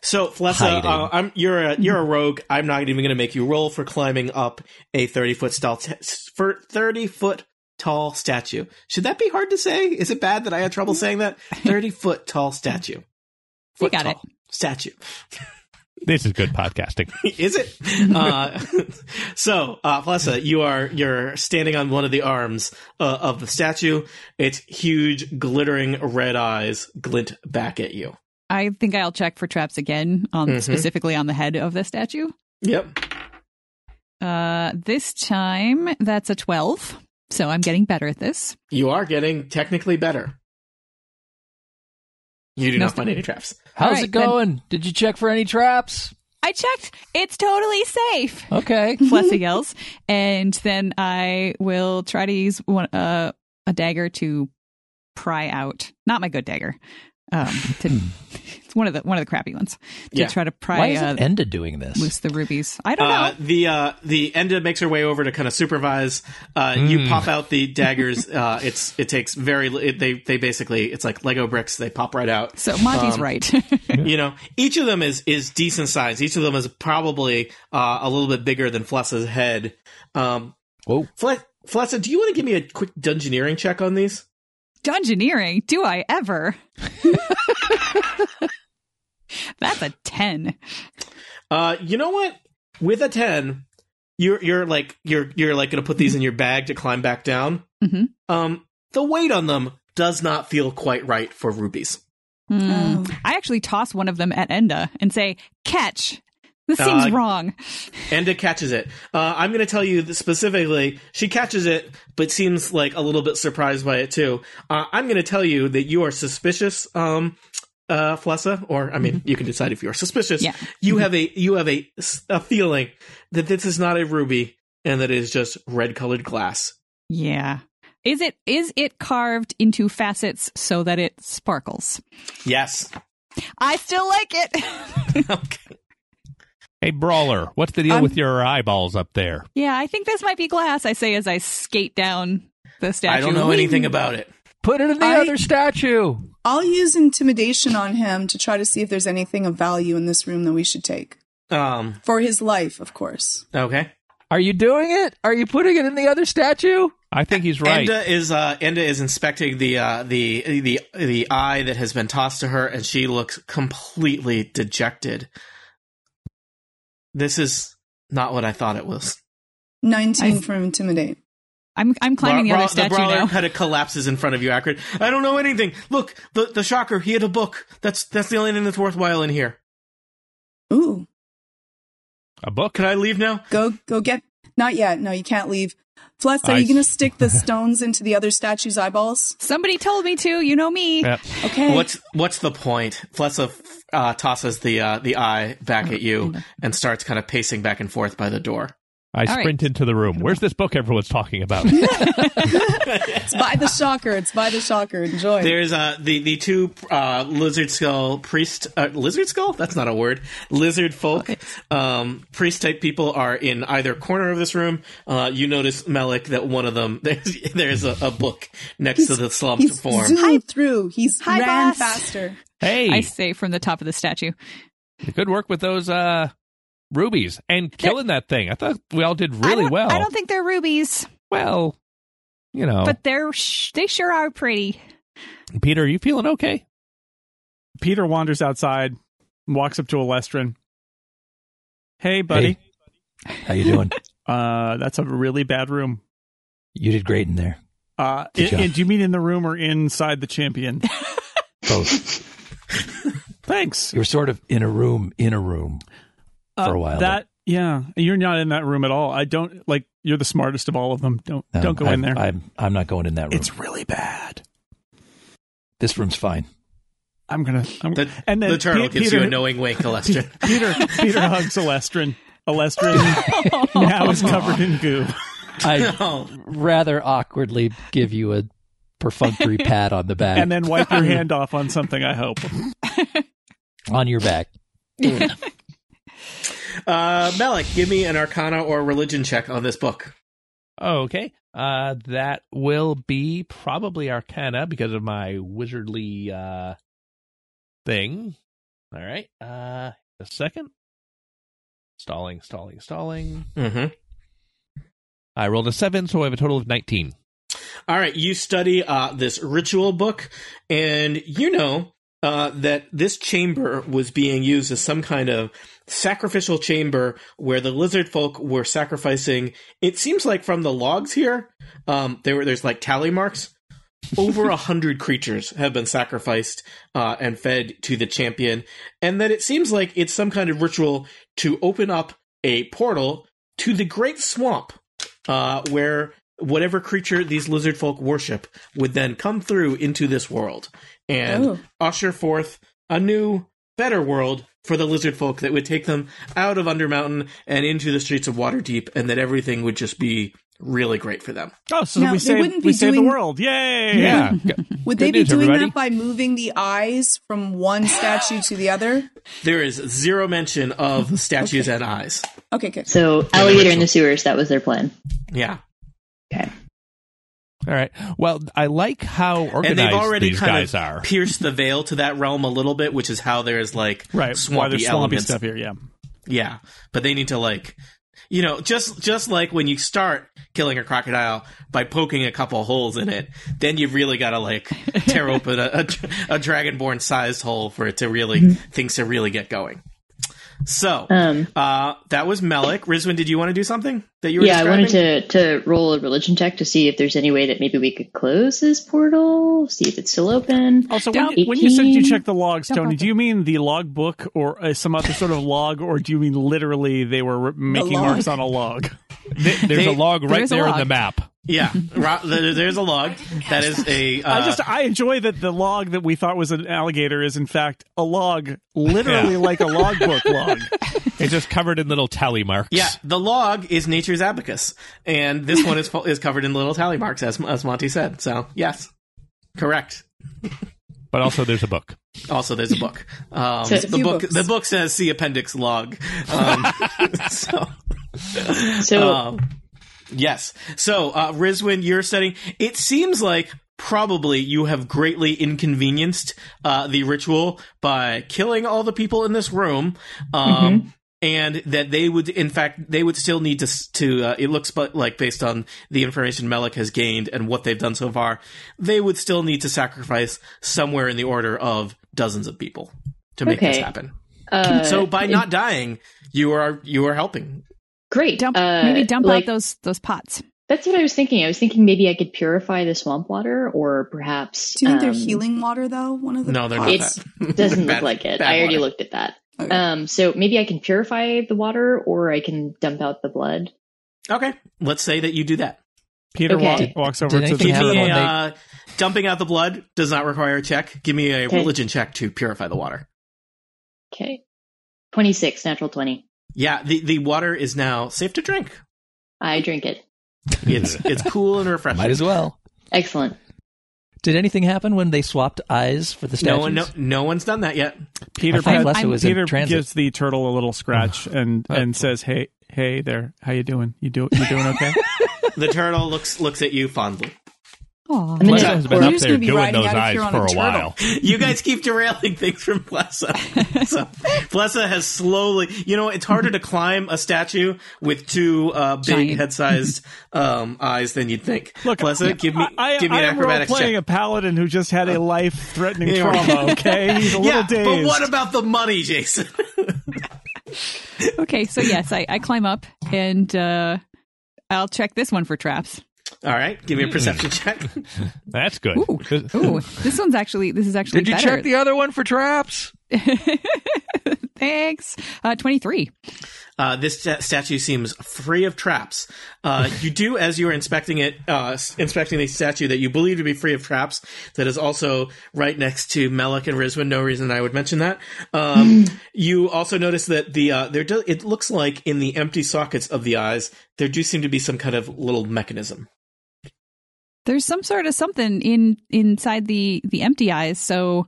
Speaker 2: So, Flessa,
Speaker 5: Hiding.
Speaker 2: uh, I'm, you're a you're a rogue. I'm not even going to make you roll for climbing up a thirty foot tall for thirty foot tall statue. Should that be hard to say? Is it bad that I had trouble saying that? Thirty foot tall statue.
Speaker 6: You got
Speaker 2: tall. Statue.
Speaker 5: This is good podcasting.
Speaker 2: [LAUGHS] Is it? uh, so, uh, Flessa, you are you're standing on one of the arms uh, of the statue. Its huge, glittering red eyes glint back at you.
Speaker 6: I think I'll check for traps again, on
Speaker 2: Mhm.
Speaker 6: specifically on the head of the statue.
Speaker 2: Yep.
Speaker 6: Uh, this time, that's a 12. So I'm getting better at this.
Speaker 2: You are getting technically better. You do
Speaker 6: No.
Speaker 2: not find any traps.
Speaker 3: How's
Speaker 6: right,
Speaker 3: it going? Did you check for any traps?
Speaker 6: I checked. It's totally safe.
Speaker 3: Okay.
Speaker 6: Flessa yells. And then I will try to use one, uh, a dagger to pry out. Not my good dagger. Um, to, it's one of the one of the crappy ones. To
Speaker 2: Yeah.
Speaker 6: try to
Speaker 3: Why
Speaker 6: pry
Speaker 3: is
Speaker 6: uh,
Speaker 3: it Enda doing this?
Speaker 6: loose the rubies. I don't
Speaker 2: Uh,
Speaker 6: know.
Speaker 2: the uh, the Enda makes her way over to kind of supervise. Uh, You
Speaker 5: Mm.
Speaker 2: pop out the daggers. uh, it's it takes very li- it, they they basically it's like Lego bricks. They pop right out.
Speaker 6: So Monty's
Speaker 2: um,
Speaker 6: right. [LAUGHS]
Speaker 2: you know each of them is is decent size each of them is probably uh, a little bit bigger than flessa's head um
Speaker 3: Whoa.
Speaker 2: Fle- flessa do you want to give me a quick dungeoneering check on these
Speaker 6: Dungeoneering, do I ever? [LAUGHS] That's a 10.
Speaker 2: uh you know what with a 10 you're you're like you're you're like gonna put these in your bag to climb back down
Speaker 6: Mhm.
Speaker 2: um the weight on them does not feel quite right for rubies
Speaker 6: Hmm.
Speaker 7: Oh.
Speaker 6: I actually toss one of them at Enda and say, catch. This
Speaker 2: Uh,
Speaker 6: seems wrong.
Speaker 2: Enda catches it. Uh, I'm going to tell you that specifically, she catches it, but seems like a little bit surprised by it too. Uh, I'm going to tell you that you are suspicious, um, uh, Flessa, or I mean, you can decide if you are suspicious.
Speaker 6: Yeah.
Speaker 2: You have a you have a, s- a feeling that this is not a ruby and that it is just red colored glass.
Speaker 6: Yeah. Is it is it carved into facets so that it sparkles?
Speaker 2: Yes. [LAUGHS]
Speaker 6: I still like it. [LAUGHS]
Speaker 2: okay.
Speaker 5: Hey, Brawler, what's the deal
Speaker 6: I'm-
Speaker 5: with your eyeballs up there?
Speaker 6: yeah, I think this might be glass, I say as I skate down the statue.
Speaker 2: I don't know anything about it.
Speaker 3: Put it in the
Speaker 7: I-
Speaker 3: other statue.
Speaker 7: I'll use intimidation on him to try to see if there's anything of value in this room that we should take.
Speaker 2: Um.
Speaker 7: For his life, of course.
Speaker 2: Okay.
Speaker 3: Are you doing it? Are you putting it in the other statue?
Speaker 5: I think he's right.
Speaker 2: Enda is uh, Enda is inspecting the uh, the the the eye that has been tossed to her, and she looks completely dejected. This is not what I thought it was.
Speaker 7: 19
Speaker 6: I-
Speaker 7: for intimidate.
Speaker 6: I'm I'm climbing
Speaker 2: Bra-
Speaker 6: the
Speaker 2: bra-
Speaker 6: other statue
Speaker 2: brawler
Speaker 6: now.
Speaker 2: kind of collapses in front of you, Akrid. I don't know anything. Look, the the shocker. He had a book. That's that's the only thing that's worthwhile in here.
Speaker 7: Ooh,
Speaker 5: a book?
Speaker 2: Can I leave now?
Speaker 7: go go get. Not yet. No, you can't leave. Fless, are
Speaker 5: I
Speaker 7: you going to
Speaker 5: s-
Speaker 7: stick the stones into the other statue's eyeballs?
Speaker 6: Somebody told me to, you know me.
Speaker 5: Yep.
Speaker 7: Okay.
Speaker 2: What's what's the point? Flessa uh, tosses the uh, the eye back
Speaker 6: Oh,
Speaker 2: at you and starts kind of pacing back and forth by the door.
Speaker 5: I
Speaker 6: All right.
Speaker 5: sprint into the room. Where's this book everyone's
Speaker 6: [LAUGHS]
Speaker 5: talking about?
Speaker 7: It's by the shocker. It's by the shocker.
Speaker 2: [LAUGHS]
Speaker 7: Enjoy.
Speaker 2: There's uh the the two uh lizard skull priest uh, lizard skull that's not a word lizard folk um priest type people are in either corner of this room. Uh, you notice Melik that one of them [LAUGHS] there's there's a, a book next to the slumped
Speaker 7: He's
Speaker 2: form.
Speaker 7: zoomed through. He's
Speaker 6: Hi,
Speaker 7: ran
Speaker 6: boss.
Speaker 7: faster.
Speaker 5: hey,
Speaker 6: I say from the top of the statue.
Speaker 5: good work with those uh, rubies and killing that thing. I thought we all did
Speaker 6: I
Speaker 5: really
Speaker 6: don't-
Speaker 5: well.
Speaker 6: I don't think they're rubies,
Speaker 5: well, you
Speaker 2: Oh.
Speaker 5: know,
Speaker 6: but they're sh- they sure are pretty.
Speaker 5: Peter, are you feeling okay?
Speaker 8: Peter wanders outside, and walks up to Alestrin. Hey, buddy.
Speaker 3: How you doing?
Speaker 8: Uh, that's a really bad room.
Speaker 3: you did great in there.
Speaker 8: Uh,
Speaker 3: Good
Speaker 8: i-
Speaker 3: job.
Speaker 8: i- do you mean in the room or inside the
Speaker 3: [LAUGHS]
Speaker 8: champion?
Speaker 3: Both.
Speaker 8: Thanks.
Speaker 3: You were sort of in a room, in a room. for a
Speaker 8: Uh,
Speaker 3: while,
Speaker 8: That yeah, you're not in that room at all. I don't like. You're the smartest of all of them. Don't
Speaker 3: No,
Speaker 8: don't go
Speaker 3: I'm-
Speaker 8: in there.
Speaker 3: I'm I'm not going in that room.
Speaker 8: it's really bad.
Speaker 3: this room's fine.
Speaker 8: I'm gonna. I'm,
Speaker 2: The,
Speaker 8: and then
Speaker 2: the turtle
Speaker 8: Pe-
Speaker 2: gives
Speaker 8: Peter,
Speaker 2: you a knowing wink, Alestra.
Speaker 8: [LAUGHS] Peter Peter hugs Alestrin.
Speaker 3: [LAUGHS]
Speaker 8: Alestrin now is covered in goo.
Speaker 3: I
Speaker 2: oh,
Speaker 3: rather awkwardly give you a
Speaker 2: [LAUGHS]
Speaker 3: perfunctory pat on the back
Speaker 8: and then wipe your hand off on something. I hope.
Speaker 3: on your back.
Speaker 2: uh, Melik, give me an Arcana or religion check on this book.
Speaker 5: okay. Uh, that will be probably Arcana because of my wizardly uh, thing. All right. Uh, a second. Stalling, stalling, stalling.
Speaker 2: Mm-hmm.
Speaker 5: I rolled a seven, so I have a total of 19.
Speaker 2: All right, you study uh, this ritual book, and you know uh, that this chamber was being used as some kind of sacrificial chamber where the lizard folk were sacrificing. It seems like from the logs here, um, there were there's like tally marks. Over a hundred creatures have been sacrificed uh, and fed to the champion, and that it seems like it's some kind of ritual to open up a portal to the great swamp uh, where whatever creature these lizard folk worship would then come through into this world and
Speaker 7: Oh.
Speaker 2: usher forth a new, better world for the lizard folk that would take them out of Undermountain and into the streets of Waterdeep, and that everything would just be really great for them.
Speaker 8: Oh, so
Speaker 7: Now,
Speaker 8: we
Speaker 7: they
Speaker 8: saved,
Speaker 7: wouldn't be
Speaker 8: we saved the
Speaker 7: doing-
Speaker 8: world. Yay!
Speaker 5: Yeah.
Speaker 2: [LAUGHS]
Speaker 5: G-
Speaker 7: Would
Speaker 5: Good
Speaker 7: they be
Speaker 5: news,
Speaker 7: doing
Speaker 5: everybody.
Speaker 7: that by moving the eyes from one statue to the other?
Speaker 2: There is zero mention of statues and eyes.
Speaker 7: Okay, good.
Speaker 4: So alligator in the sewers. That was their plan.
Speaker 2: Yeah.
Speaker 4: Okay.
Speaker 5: All right. Well, I like how organized
Speaker 2: and they've already
Speaker 5: these
Speaker 2: kind
Speaker 5: guys
Speaker 2: of [LAUGHS]
Speaker 5: are.
Speaker 2: pierced the veil to that realm a little bit, which is how there's like
Speaker 8: Right. Why
Speaker 2: swampy
Speaker 8: there's swampy
Speaker 2: elements.
Speaker 8: stuff here? Yeah.
Speaker 2: Yeah, but they need to like, you know, just just like when you start killing a crocodile by poking a couple holes in it, then you've really got to like tear open a, a, a dragonborn sized hole for it to really things to really get going. So
Speaker 4: Um,
Speaker 2: uh, that was Melik. Rizwin, did you want to do something that you were?
Speaker 4: yeah, I
Speaker 2: describing?
Speaker 4: wanted to to roll a religion check to see if there's any way that maybe we could close this portal, see if it's still open.
Speaker 2: Oh,
Speaker 8: Also, when
Speaker 6: Down
Speaker 8: you, when you said you
Speaker 4: 18.
Speaker 8: checked the logs,
Speaker 6: Jump
Speaker 8: Tony,
Speaker 6: off
Speaker 8: do you mean the log book or uh, some other sort of log, or do you mean literally they were re- making
Speaker 7: log.
Speaker 8: marks on a log?
Speaker 5: Th- There's a
Speaker 2: they-
Speaker 5: log
Speaker 6: there
Speaker 5: right
Speaker 6: is a
Speaker 5: there on
Speaker 6: log.
Speaker 5: the map.
Speaker 8: [LAUGHS]
Speaker 2: Yeah, Ro- there- there's a log that is a. [LAUGHS] Uh,
Speaker 8: I just I enjoy that the log that we thought was an alligator is in fact a log, literally
Speaker 5: Yeah.
Speaker 8: like a logbook
Speaker 3: [LAUGHS]
Speaker 8: log.
Speaker 5: It's just covered in little tally marks.
Speaker 2: Yeah, the log is nature's abacus, and this one is fu- is covered in little tally marks, as as Monty said. So yes, correct.
Speaker 5: But also there's a book.
Speaker 2: Also, there's a
Speaker 8: [LAUGHS]
Speaker 2: book. Um,
Speaker 4: So-
Speaker 2: the book
Speaker 7: books.
Speaker 2: the book says see appendix log.
Speaker 8: [LAUGHS]
Speaker 2: Um, [LAUGHS] so
Speaker 4: So
Speaker 2: um, yes, so uh, Rizwin, you're studying. It seems like probably you have greatly inconvenienced uh, the ritual by killing all the people in this room. Um,
Speaker 4: Mm-hmm.
Speaker 2: And that they would, in fact, they would still need to. s- To uh, it looks, but like based on the information Melik has gained and what they've done so far, they would still need to sacrifice somewhere in the order of dozens of people to make this
Speaker 4: Okay.
Speaker 2: happen.
Speaker 4: uh,
Speaker 2: So by not dying, you are you are helping.
Speaker 4: great.
Speaker 6: Dump,
Speaker 4: Uh,
Speaker 6: maybe dump
Speaker 4: like-
Speaker 6: out those those pots.
Speaker 4: That's what I was thinking. I was thinking maybe I could purify the swamp water, or perhaps.
Speaker 7: Do you think
Speaker 4: um,
Speaker 7: they're healing water though? One of the
Speaker 2: No, they're not.
Speaker 4: It's
Speaker 2: that. [LAUGHS]
Speaker 4: [LAUGHS] doesn't
Speaker 2: Bad-
Speaker 4: look like it.
Speaker 2: bad
Speaker 4: I already
Speaker 2: water.
Speaker 4: looked at that.
Speaker 7: Okay.
Speaker 4: Um, so maybe I can purify the water, or I can dump out the blood.
Speaker 2: Okay, let's say that you do that.
Speaker 8: Peter wa-
Speaker 4: Okay.
Speaker 8: walks over
Speaker 3: Did
Speaker 8: to the
Speaker 3: anything
Speaker 2: Give
Speaker 3: happen
Speaker 8: turtle.
Speaker 2: me
Speaker 3: when
Speaker 2: a,
Speaker 3: they-
Speaker 2: uh, dumping out the blood does not require a check. Give me a
Speaker 4: Okay.
Speaker 2: religion check to purify the water.
Speaker 4: Okay, twenty six natural twenty.
Speaker 2: Yeah, the, the water is now safe to drink.
Speaker 4: I drink it.
Speaker 2: It's it's cool and refreshing.
Speaker 3: Might as well.
Speaker 4: Excellent.
Speaker 3: Did anything happen when they swapped eyes for the statues?
Speaker 2: No one no, no one's done that yet.
Speaker 8: Peter,
Speaker 3: I thought
Speaker 8: pet-
Speaker 3: Lessa was in
Speaker 8: Peter
Speaker 3: transit.
Speaker 8: gives the turtle a little scratch and and says, "Hey, hey there, how you doing? You do you doing
Speaker 3: [LAUGHS]
Speaker 8: okay?"
Speaker 2: The turtle looks looks at you fondly.
Speaker 6: Aw.
Speaker 4: I'm
Speaker 5: Lisa
Speaker 4: gonna,
Speaker 5: has been
Speaker 7: we're
Speaker 5: up
Speaker 7: just
Speaker 5: there
Speaker 7: gonna be
Speaker 5: doing
Speaker 7: riding
Speaker 5: those
Speaker 7: out of
Speaker 5: eyes
Speaker 7: here on
Speaker 5: for
Speaker 7: a
Speaker 5: a
Speaker 7: turtle.
Speaker 5: while.
Speaker 2: You guys keep derailing things from Blessa. So Blessa has slowly, you know, it's harder to climb a statue with two uh, big
Speaker 6: Giant.
Speaker 2: head-sized um, eyes than you'd think.
Speaker 8: Look,
Speaker 2: Blessa, give me
Speaker 8: I,
Speaker 2: give me
Speaker 8: I
Speaker 2: an
Speaker 8: am role
Speaker 2: acrobatics check. Uh,
Speaker 8: playing a paladin who just had a life-threatening
Speaker 2: [LAUGHS] Yeah.
Speaker 8: trauma. Okay, he's a little
Speaker 2: [LAUGHS] yeah,
Speaker 8: dazed.
Speaker 2: but what about the money, Jason? [LAUGHS]
Speaker 6: Okay, so yes, I, I climb up and uh, I'll check this one for traps.
Speaker 2: All right, give me a perception
Speaker 8: Hmm.
Speaker 2: check. [LAUGHS]
Speaker 5: That's good.
Speaker 6: Ooh, [LAUGHS] ooh, this one's actually this is actually better.
Speaker 3: other one for traps?
Speaker 6: Thanks. Uh, Twenty three.
Speaker 2: Uh, this sta- statue seems free of traps.
Speaker 8: [LAUGHS]
Speaker 2: Uh, you do, as you are inspecting it, uh, s- inspecting the statue that you believe to be free of traps, that is also right next to Melek and Rizwan. No reason I would mention that. Um,
Speaker 8: Hmm.
Speaker 2: you also notice that the uh, there do- it looks like in the empty sockets of the eyes there do seem to be some kind of little mechanism.
Speaker 6: There's some sort of something in inside the the empty eyes. So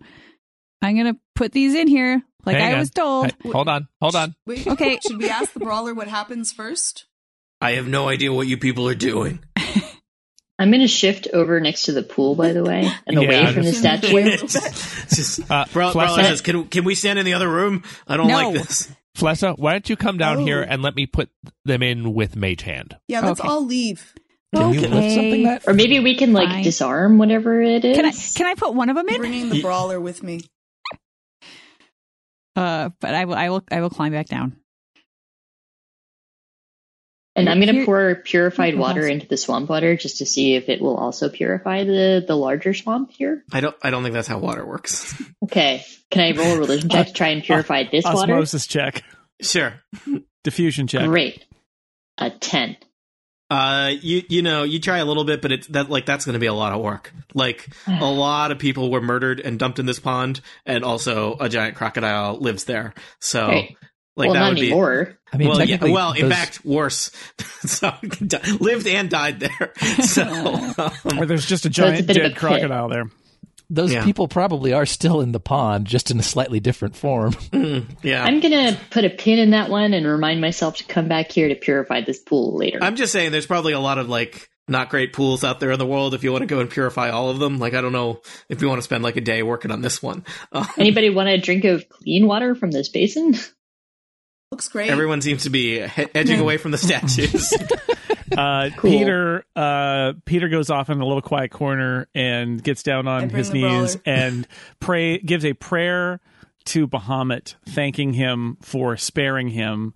Speaker 6: I'm gonna put these in here, like
Speaker 5: Hang
Speaker 6: I
Speaker 5: on.
Speaker 6: was told.
Speaker 5: Hey, hold on, hold on.
Speaker 7: Wait,
Speaker 6: Okay.
Speaker 7: Should we ask the brawler what happens first?
Speaker 2: I have no idea what you people are doing.
Speaker 4: I'm going to shift over next to the pool, by the way, and away
Speaker 5: Yeah,
Speaker 4: from the
Speaker 5: just-
Speaker 4: statue.
Speaker 2: [LAUGHS]
Speaker 7: [LAUGHS]
Speaker 2: just
Speaker 5: Uh,
Speaker 2: Bra- Bra-
Speaker 5: Flessa-
Speaker 2: says, can, can we stand in the other room? I don't
Speaker 6: No.
Speaker 2: like this.
Speaker 5: Flessa, why don't you come down
Speaker 7: Oh.
Speaker 5: here and let me put them in with Mage Hand?
Speaker 7: Yeah, let's
Speaker 6: Okay.
Speaker 7: all leave.
Speaker 3: Can we lift something that?
Speaker 4: Or maybe we can like
Speaker 6: Fine.
Speaker 4: disarm whatever it is.
Speaker 6: Can I can I put one of them in?
Speaker 7: Bringing the brawler with me.
Speaker 6: Uh, but I will I will I will climb back down.
Speaker 4: and I'm going to
Speaker 6: Here-
Speaker 4: pour purified
Speaker 6: Here-
Speaker 4: water into the swamp water just to see if it will also purify the the larger swamp here.
Speaker 2: I don't. I don't think that's how water works.
Speaker 4: Okay. Can I roll a religion check to try and purify this water?
Speaker 8: Osmosis check,
Speaker 2: [LAUGHS] Sure.
Speaker 8: diffusion check.
Speaker 4: Great. A 10.
Speaker 2: Uh, you you know you try a little bit, but it's that like that's going to be a lot of work. Like a lot of people were murdered and dumped in this pond, and also a giant crocodile lives there. So
Speaker 4: Great.
Speaker 2: like
Speaker 4: well,
Speaker 2: that
Speaker 4: not
Speaker 2: would be.
Speaker 4: anymore.
Speaker 3: I mean,
Speaker 2: well, yeah,
Speaker 3: technically,
Speaker 2: well, in
Speaker 3: those-
Speaker 2: fact, worse. [LAUGHS] so lived and died there. [LAUGHS] So um,
Speaker 8: Or there's just a
Speaker 4: So it's a
Speaker 8: giant
Speaker 4: bit of a
Speaker 8: dead
Speaker 4: pit.
Speaker 8: crocodile there.
Speaker 3: those
Speaker 2: yeah.
Speaker 3: people probably are still in the pond, just in a slightly different form. [LAUGHS]
Speaker 2: um, [LAUGHS] yeah, I'm,
Speaker 4: I'm going to put a pin in that one and remind myself to come back here to purify this pool later.
Speaker 2: just saying, there's probably a lot of like not great pools out there in the world. If you want to go and purify all of them, like I don't know if you want to spend like a day working on this one. Um,
Speaker 4: Anybody want a drink of clean water from this basin? [LAUGHS]
Speaker 7: Looks great.
Speaker 2: everyone seems to be he- edging away from
Speaker 8: [LAUGHS]
Speaker 2: the statues.
Speaker 8: Uh,
Speaker 4: Cool.
Speaker 8: Peter uh, Peter goes off in a little quiet corner and gets down
Speaker 7: I
Speaker 8: on
Speaker 7: bring
Speaker 8: his
Speaker 7: the
Speaker 8: knees
Speaker 7: brawler.
Speaker 8: and pray gives a prayer to Bahamut, thanking him for sparing him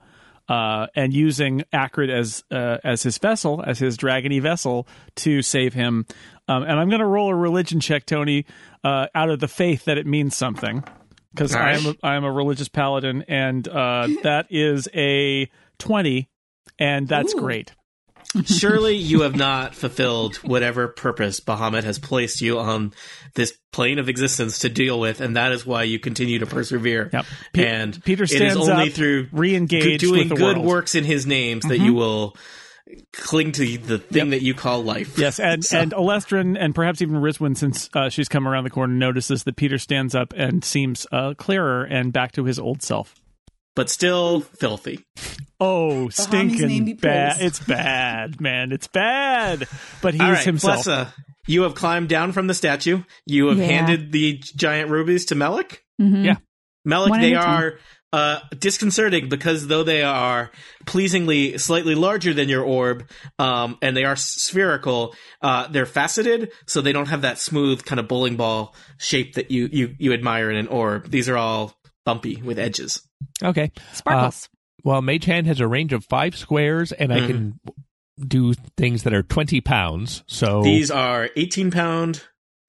Speaker 8: uh, and using Acrid as uh, as his vessel, as his dragony vessel to save him. Um, and I'm going to roll a religion check, Tony, uh, out of the faith that it means something, because
Speaker 2: All
Speaker 8: I
Speaker 2: right.
Speaker 8: am a, I am a religious paladin, and uh, that is a twenty, and that's great.
Speaker 2: Surely you have not fulfilled whatever purpose Bahamut has placed you on this plane of existence to deal with, and that is why you continue to persevere.
Speaker 8: Yep. Pe-
Speaker 2: and
Speaker 8: Peter
Speaker 2: it is
Speaker 8: stands
Speaker 2: only
Speaker 8: up,
Speaker 2: through
Speaker 8: re-engaged
Speaker 2: doing
Speaker 8: with the
Speaker 2: good
Speaker 8: world. Mm-hmm.
Speaker 2: works in His names that you will cling to the thing that you call life.
Speaker 8: Yes, and
Speaker 2: So-
Speaker 8: and Alestrin and perhaps even Riswin, since uh, she's come around the corner, notices that Peter stands up and seems uh, clearer and back to his old self.
Speaker 2: but still filthy.
Speaker 8: Oh,
Speaker 7: name be
Speaker 8: stinking bad!
Speaker 7: praised.
Speaker 8: It's bad, man. It's bad. But he's
Speaker 2: All right,
Speaker 8: himself.
Speaker 2: Flessa, you have climbed down from the statue. You have
Speaker 6: Yeah.
Speaker 2: handed the giant rubies to Melek.
Speaker 6: Mhm.
Speaker 8: Yeah.
Speaker 2: Malik,
Speaker 6: One at
Speaker 2: they
Speaker 6: a time.
Speaker 2: are uh, disconcerting because though they are pleasingly slightly larger than your orb, um, and they are spherical, uh, they're faceted, so they don't have that smooth kind of bowling ball shape that you you you admire in an orb. These are all bumpy with edges.
Speaker 5: Okay.
Speaker 6: Sparkles.
Speaker 5: Well, Mage Hand has a range of five squares, and I can do things that are 20 pounds. So
Speaker 2: These are eighteen pound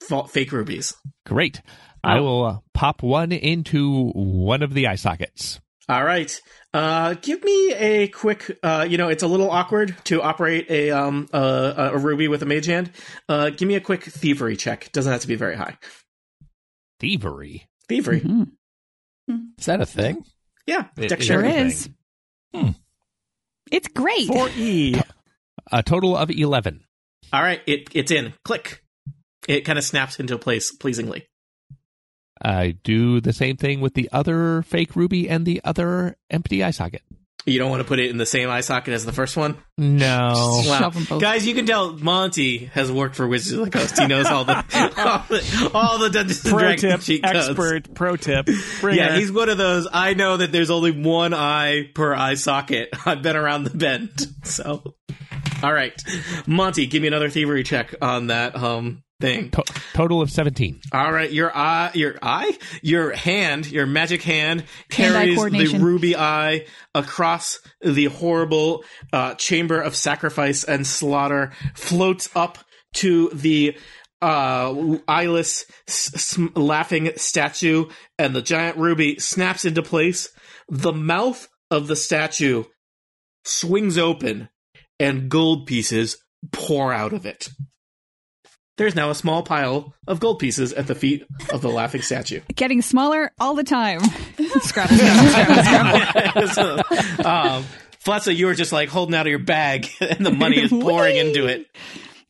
Speaker 2: fa- fake rubies.
Speaker 5: great. I will uh, pop one into one of the eye sockets.
Speaker 2: All right. Uh, give me a quick. Uh, you know, it's a little awkward to operate a um a, a ruby with a mage hand. Uh, give me a quick thievery check. Doesn't have to be very high.
Speaker 5: Thievery.
Speaker 2: Thievery.
Speaker 6: [LAUGHS] Mhm.
Speaker 3: Is that a thing?
Speaker 2: Yeah,
Speaker 5: It-
Speaker 6: Sure
Speaker 2: dexterity.
Speaker 5: Everything.
Speaker 6: is. It's great.
Speaker 8: Four E.
Speaker 5: A total of 11.
Speaker 2: All right, it it's in. Click. It kind of snaps into place pleasingly.
Speaker 5: I do the same thing with the other fake ruby and the other empty eye socket.
Speaker 2: You don't want to put it in the same eye socket as the first one.
Speaker 5: No.
Speaker 2: Wow.
Speaker 6: Shove 'em both.
Speaker 2: Guys, you can tell Monty has worked for Wizards of the Coast. He knows all the [LAUGHS] all the, all the Dungeons and
Speaker 8: Pro
Speaker 2: Dragons
Speaker 8: tip,
Speaker 2: cheat codes.
Speaker 8: expert. Pro tip. Bring
Speaker 2: Yeah,
Speaker 8: it.
Speaker 2: he's one of those. I know that there's only one eye per eye socket. [LAUGHS] I've been around the bend. So, all right, Monty, give me another thievery check on that um thing.
Speaker 5: To- total
Speaker 2: [LAUGHS]
Speaker 5: of 17.
Speaker 2: All right, your eye, your eye, your hand, your magic hand carries the
Speaker 6: coordination.
Speaker 2: ruby eye across the horrible uh, chamber of sacrifice and slaughter, floats up to the uh, eyeless, s- s- laughing statue, and the giant ruby snaps into place. The mouth of the statue swings open, and gold pieces pour out of it. There's now a small pile of gold pieces at the feet of the laughing
Speaker 6: [LAUGHS]
Speaker 2: statue.
Speaker 6: Getting smaller all the time. Scrabble, scrabble,
Speaker 2: [LAUGHS]
Speaker 6: scrabble, scrabble.
Speaker 2: so, um, Fletza, you were just like holding out of your bag, [LAUGHS] and the money is pouring into
Speaker 6: [LAUGHS]
Speaker 2: it.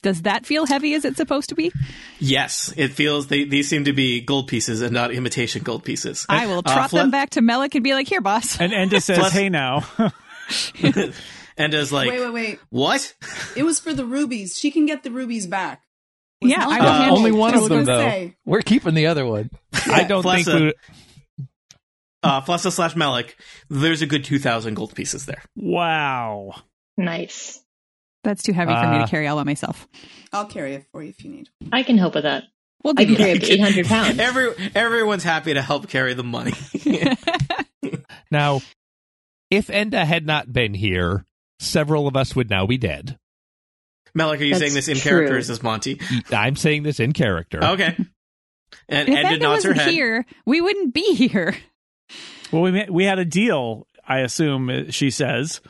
Speaker 6: Does that feel heavy as it's supposed to be?
Speaker 2: Yes, it feels they, these seem to be gold pieces and not imitation gold pieces.
Speaker 6: I will
Speaker 2: Uh,
Speaker 6: trot
Speaker 2: Fle-
Speaker 6: them back to Melek and be like, here, boss.
Speaker 8: and Enda says,
Speaker 2: Plus-
Speaker 8: "Hey now."
Speaker 2: [LAUGHS] and is like,
Speaker 7: wait, wait, wait.
Speaker 2: what?
Speaker 7: It was for the rubies. She can get the rubies back.
Speaker 6: Yeah, I
Speaker 7: not
Speaker 6: will
Speaker 7: the
Speaker 6: handle
Speaker 7: goal.
Speaker 3: Uh, only one
Speaker 7: Just
Speaker 3: of them
Speaker 7: gonna
Speaker 3: though.
Speaker 7: say.
Speaker 3: We're keeping the other one.
Speaker 5: I don't
Speaker 2: Plus
Speaker 5: think we,
Speaker 2: Uh, Flessa slash Malik. There's a good two thousand gold pieces there.
Speaker 8: [LAUGHS] Wow.
Speaker 4: Nice.
Speaker 6: That's too heavy for me
Speaker 5: Uh,
Speaker 6: to carry all by myself.
Speaker 7: I'll carry it for you if you need.
Speaker 4: I can help with that.
Speaker 6: We'll
Speaker 4: I
Speaker 6: give
Speaker 4: can
Speaker 6: you that.
Speaker 4: carry up to 800
Speaker 2: [LAUGHS]
Speaker 4: pounds.
Speaker 2: Every everyone's happy to help carry the
Speaker 7: [LAUGHS]
Speaker 2: money.
Speaker 5: now. If Enda had not been here, several of us would now be dead.
Speaker 2: Malik, are you
Speaker 4: That's
Speaker 2: saying this in character? Or
Speaker 4: true.
Speaker 2: is this Monty?
Speaker 5: I'm saying this in character.
Speaker 2: Okay. And
Speaker 6: If
Speaker 2: Enda
Speaker 6: Edna
Speaker 2: nods her
Speaker 6: wasn't
Speaker 2: head.
Speaker 6: here, we wouldn't be here. [LAUGHS]
Speaker 8: Well, we ma- we had a deal. I assume uh, she says.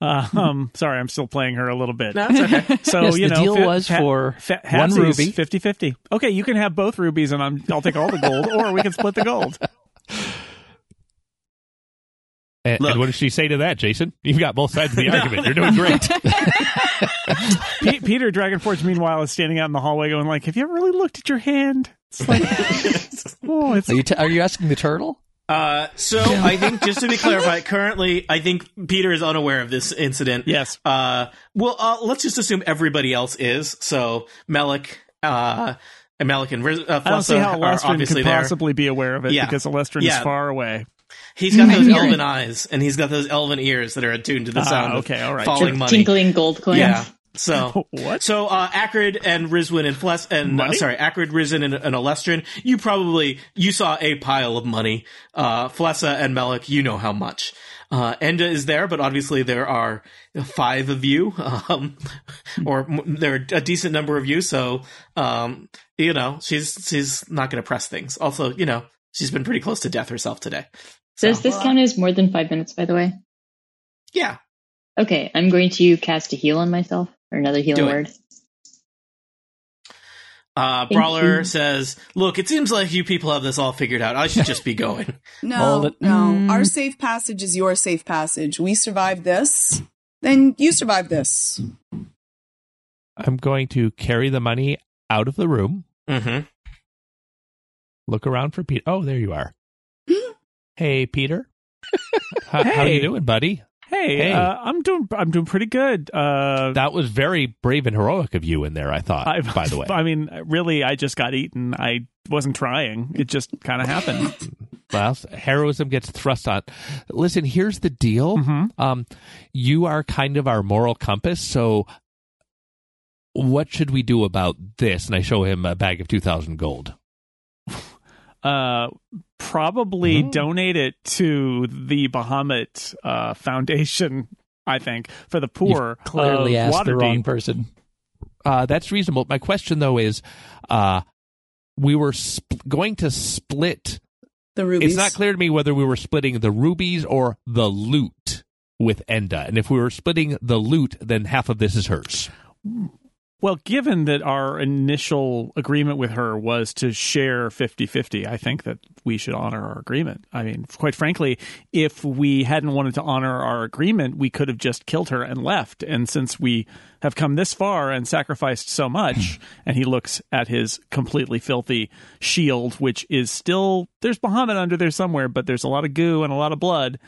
Speaker 8: Uh, um, sorry, I'm still playing her a little bit.
Speaker 2: No, it's
Speaker 8: [LAUGHS]
Speaker 2: okay.
Speaker 8: So
Speaker 3: yes,
Speaker 8: you
Speaker 3: the
Speaker 8: know,
Speaker 3: deal
Speaker 8: fa-
Speaker 3: was
Speaker 8: fa-
Speaker 3: for
Speaker 8: fa-
Speaker 3: one
Speaker 8: halfsies,
Speaker 3: ruby.
Speaker 8: 50-50. Okay, you can have both rubies, and I'm, I'll take all the gold, or we can split the gold.
Speaker 5: And, and
Speaker 2: Look.
Speaker 5: what does she say to that, Jason? You've got both sides
Speaker 2: [LAUGHS]
Speaker 5: of the argument. You're doing great.
Speaker 8: Pe- Peter Dragonforge, meanwhile, is standing out in the hallway, going like, "Have you ever really looked at your hand?" It's like, oh, it's
Speaker 3: Are you, t- are you asking the turtle?
Speaker 2: Uh, so I think just to be clarified, currently I think Peter is unaware of this
Speaker 8: [LAUGHS]
Speaker 2: incident.
Speaker 8: yes.
Speaker 2: Uh, well, uh, let's just assume everybody else is. So Malik, uh, and Malik and Riz- uh,
Speaker 8: I don't see
Speaker 2: Flessa
Speaker 8: how
Speaker 2: are
Speaker 8: Alestrin
Speaker 2: obviously
Speaker 8: could
Speaker 2: there.
Speaker 8: possibly be aware of it
Speaker 2: Yeah.
Speaker 8: because Alestrin
Speaker 2: Yeah.
Speaker 8: is far away.
Speaker 2: He's got
Speaker 8: [LAUGHS]
Speaker 2: those
Speaker 6: hear it.
Speaker 2: elven eyes and he's got those elven ears that are attuned to the
Speaker 8: Ah,
Speaker 2: sound. of
Speaker 8: okay, all right,
Speaker 2: Falling
Speaker 4: Just
Speaker 2: money.
Speaker 4: Tinkling gold coins.
Speaker 2: Yeah. So.
Speaker 8: [LAUGHS] What?
Speaker 2: So uh, Acrid and Rizwin and Fles and uh,
Speaker 8: Money?
Speaker 2: sorry Acrid, Rizwin and, and Alestrin, you probably you saw a pile of money. Uh, Flessa and Melik, you know how much. Uh, Enda is there, but obviously there are five of you, [LAUGHS] um, or m- there are a decent number of you. So um, you know she's she's not going to press things. Also, you know she's been pretty close to death herself today. So,
Speaker 4: Does this count as more than five minutes, by the way?
Speaker 2: yeah,
Speaker 4: Okay, I'm going to cast a heal on myself, or another healing
Speaker 2: Do it.
Speaker 4: word.
Speaker 2: uh,
Speaker 4: Thank
Speaker 2: Brawler
Speaker 4: you.
Speaker 2: says, "Look, it seems like you people have this all figured out. I should
Speaker 4: [LAUGHS]
Speaker 2: just be going."
Speaker 3: Hold
Speaker 7: [LAUGHS] No,
Speaker 3: it.
Speaker 7: no.
Speaker 6: Mm.
Speaker 7: Our safe passage is your safe passage. We survived this, then you survived this.
Speaker 5: I'm going to carry the money out of the room.
Speaker 2: hmm
Speaker 5: Mm-hmm. Look around for Peter. Oh, there
Speaker 2: [GASPS]
Speaker 5: you are. hey, Peter. how, how you
Speaker 8: Hey.
Speaker 5: doing, buddy?
Speaker 8: Hey,
Speaker 5: Hey.
Speaker 8: Uh, I'm doing I'm doing pretty good. Uh,
Speaker 5: That was very brave and heroic of you in there. I thought.
Speaker 8: I,
Speaker 5: by
Speaker 2: [LAUGHS]
Speaker 5: the way,
Speaker 8: [LAUGHS] I mean, really, I just got eaten. I wasn't trying. It just kind of happened.
Speaker 5: well, heroism gets thrust on. Listen, here's the deal.
Speaker 8: hmm
Speaker 5: Um, you are kind of our moral compass. So, what should we do about this? And I show him a bag of two thousand gold.
Speaker 8: Uh, probably
Speaker 3: Oh.
Speaker 5: Mhm.
Speaker 8: donate it to the Bahamut uh, Foundation. I think for the poor.
Speaker 3: You've clearly
Speaker 2: Uh,
Speaker 8: of
Speaker 3: asked the
Speaker 8: Waterdeep.
Speaker 3: wrong person.
Speaker 5: Uh, that's reasonable. My question though is, uh, we were sp- going to split
Speaker 7: The rubies.
Speaker 5: It's not clear to me whether we were splitting the rubies or the loot with Enda. And if we were splitting the loot, then half of this is hers.
Speaker 8: Well, given that our initial agreement with her was to share 50 50, I think that we should honor our agreement. I mean, quite frankly, if we hadn't wanted to honor our agreement, we could have just killed her and left. And since we have come this far and sacrificed so much, and he looks at his completely filthy shield, which is still there's Bahamut under there somewhere, but there's a lot of goo and a lot of blood.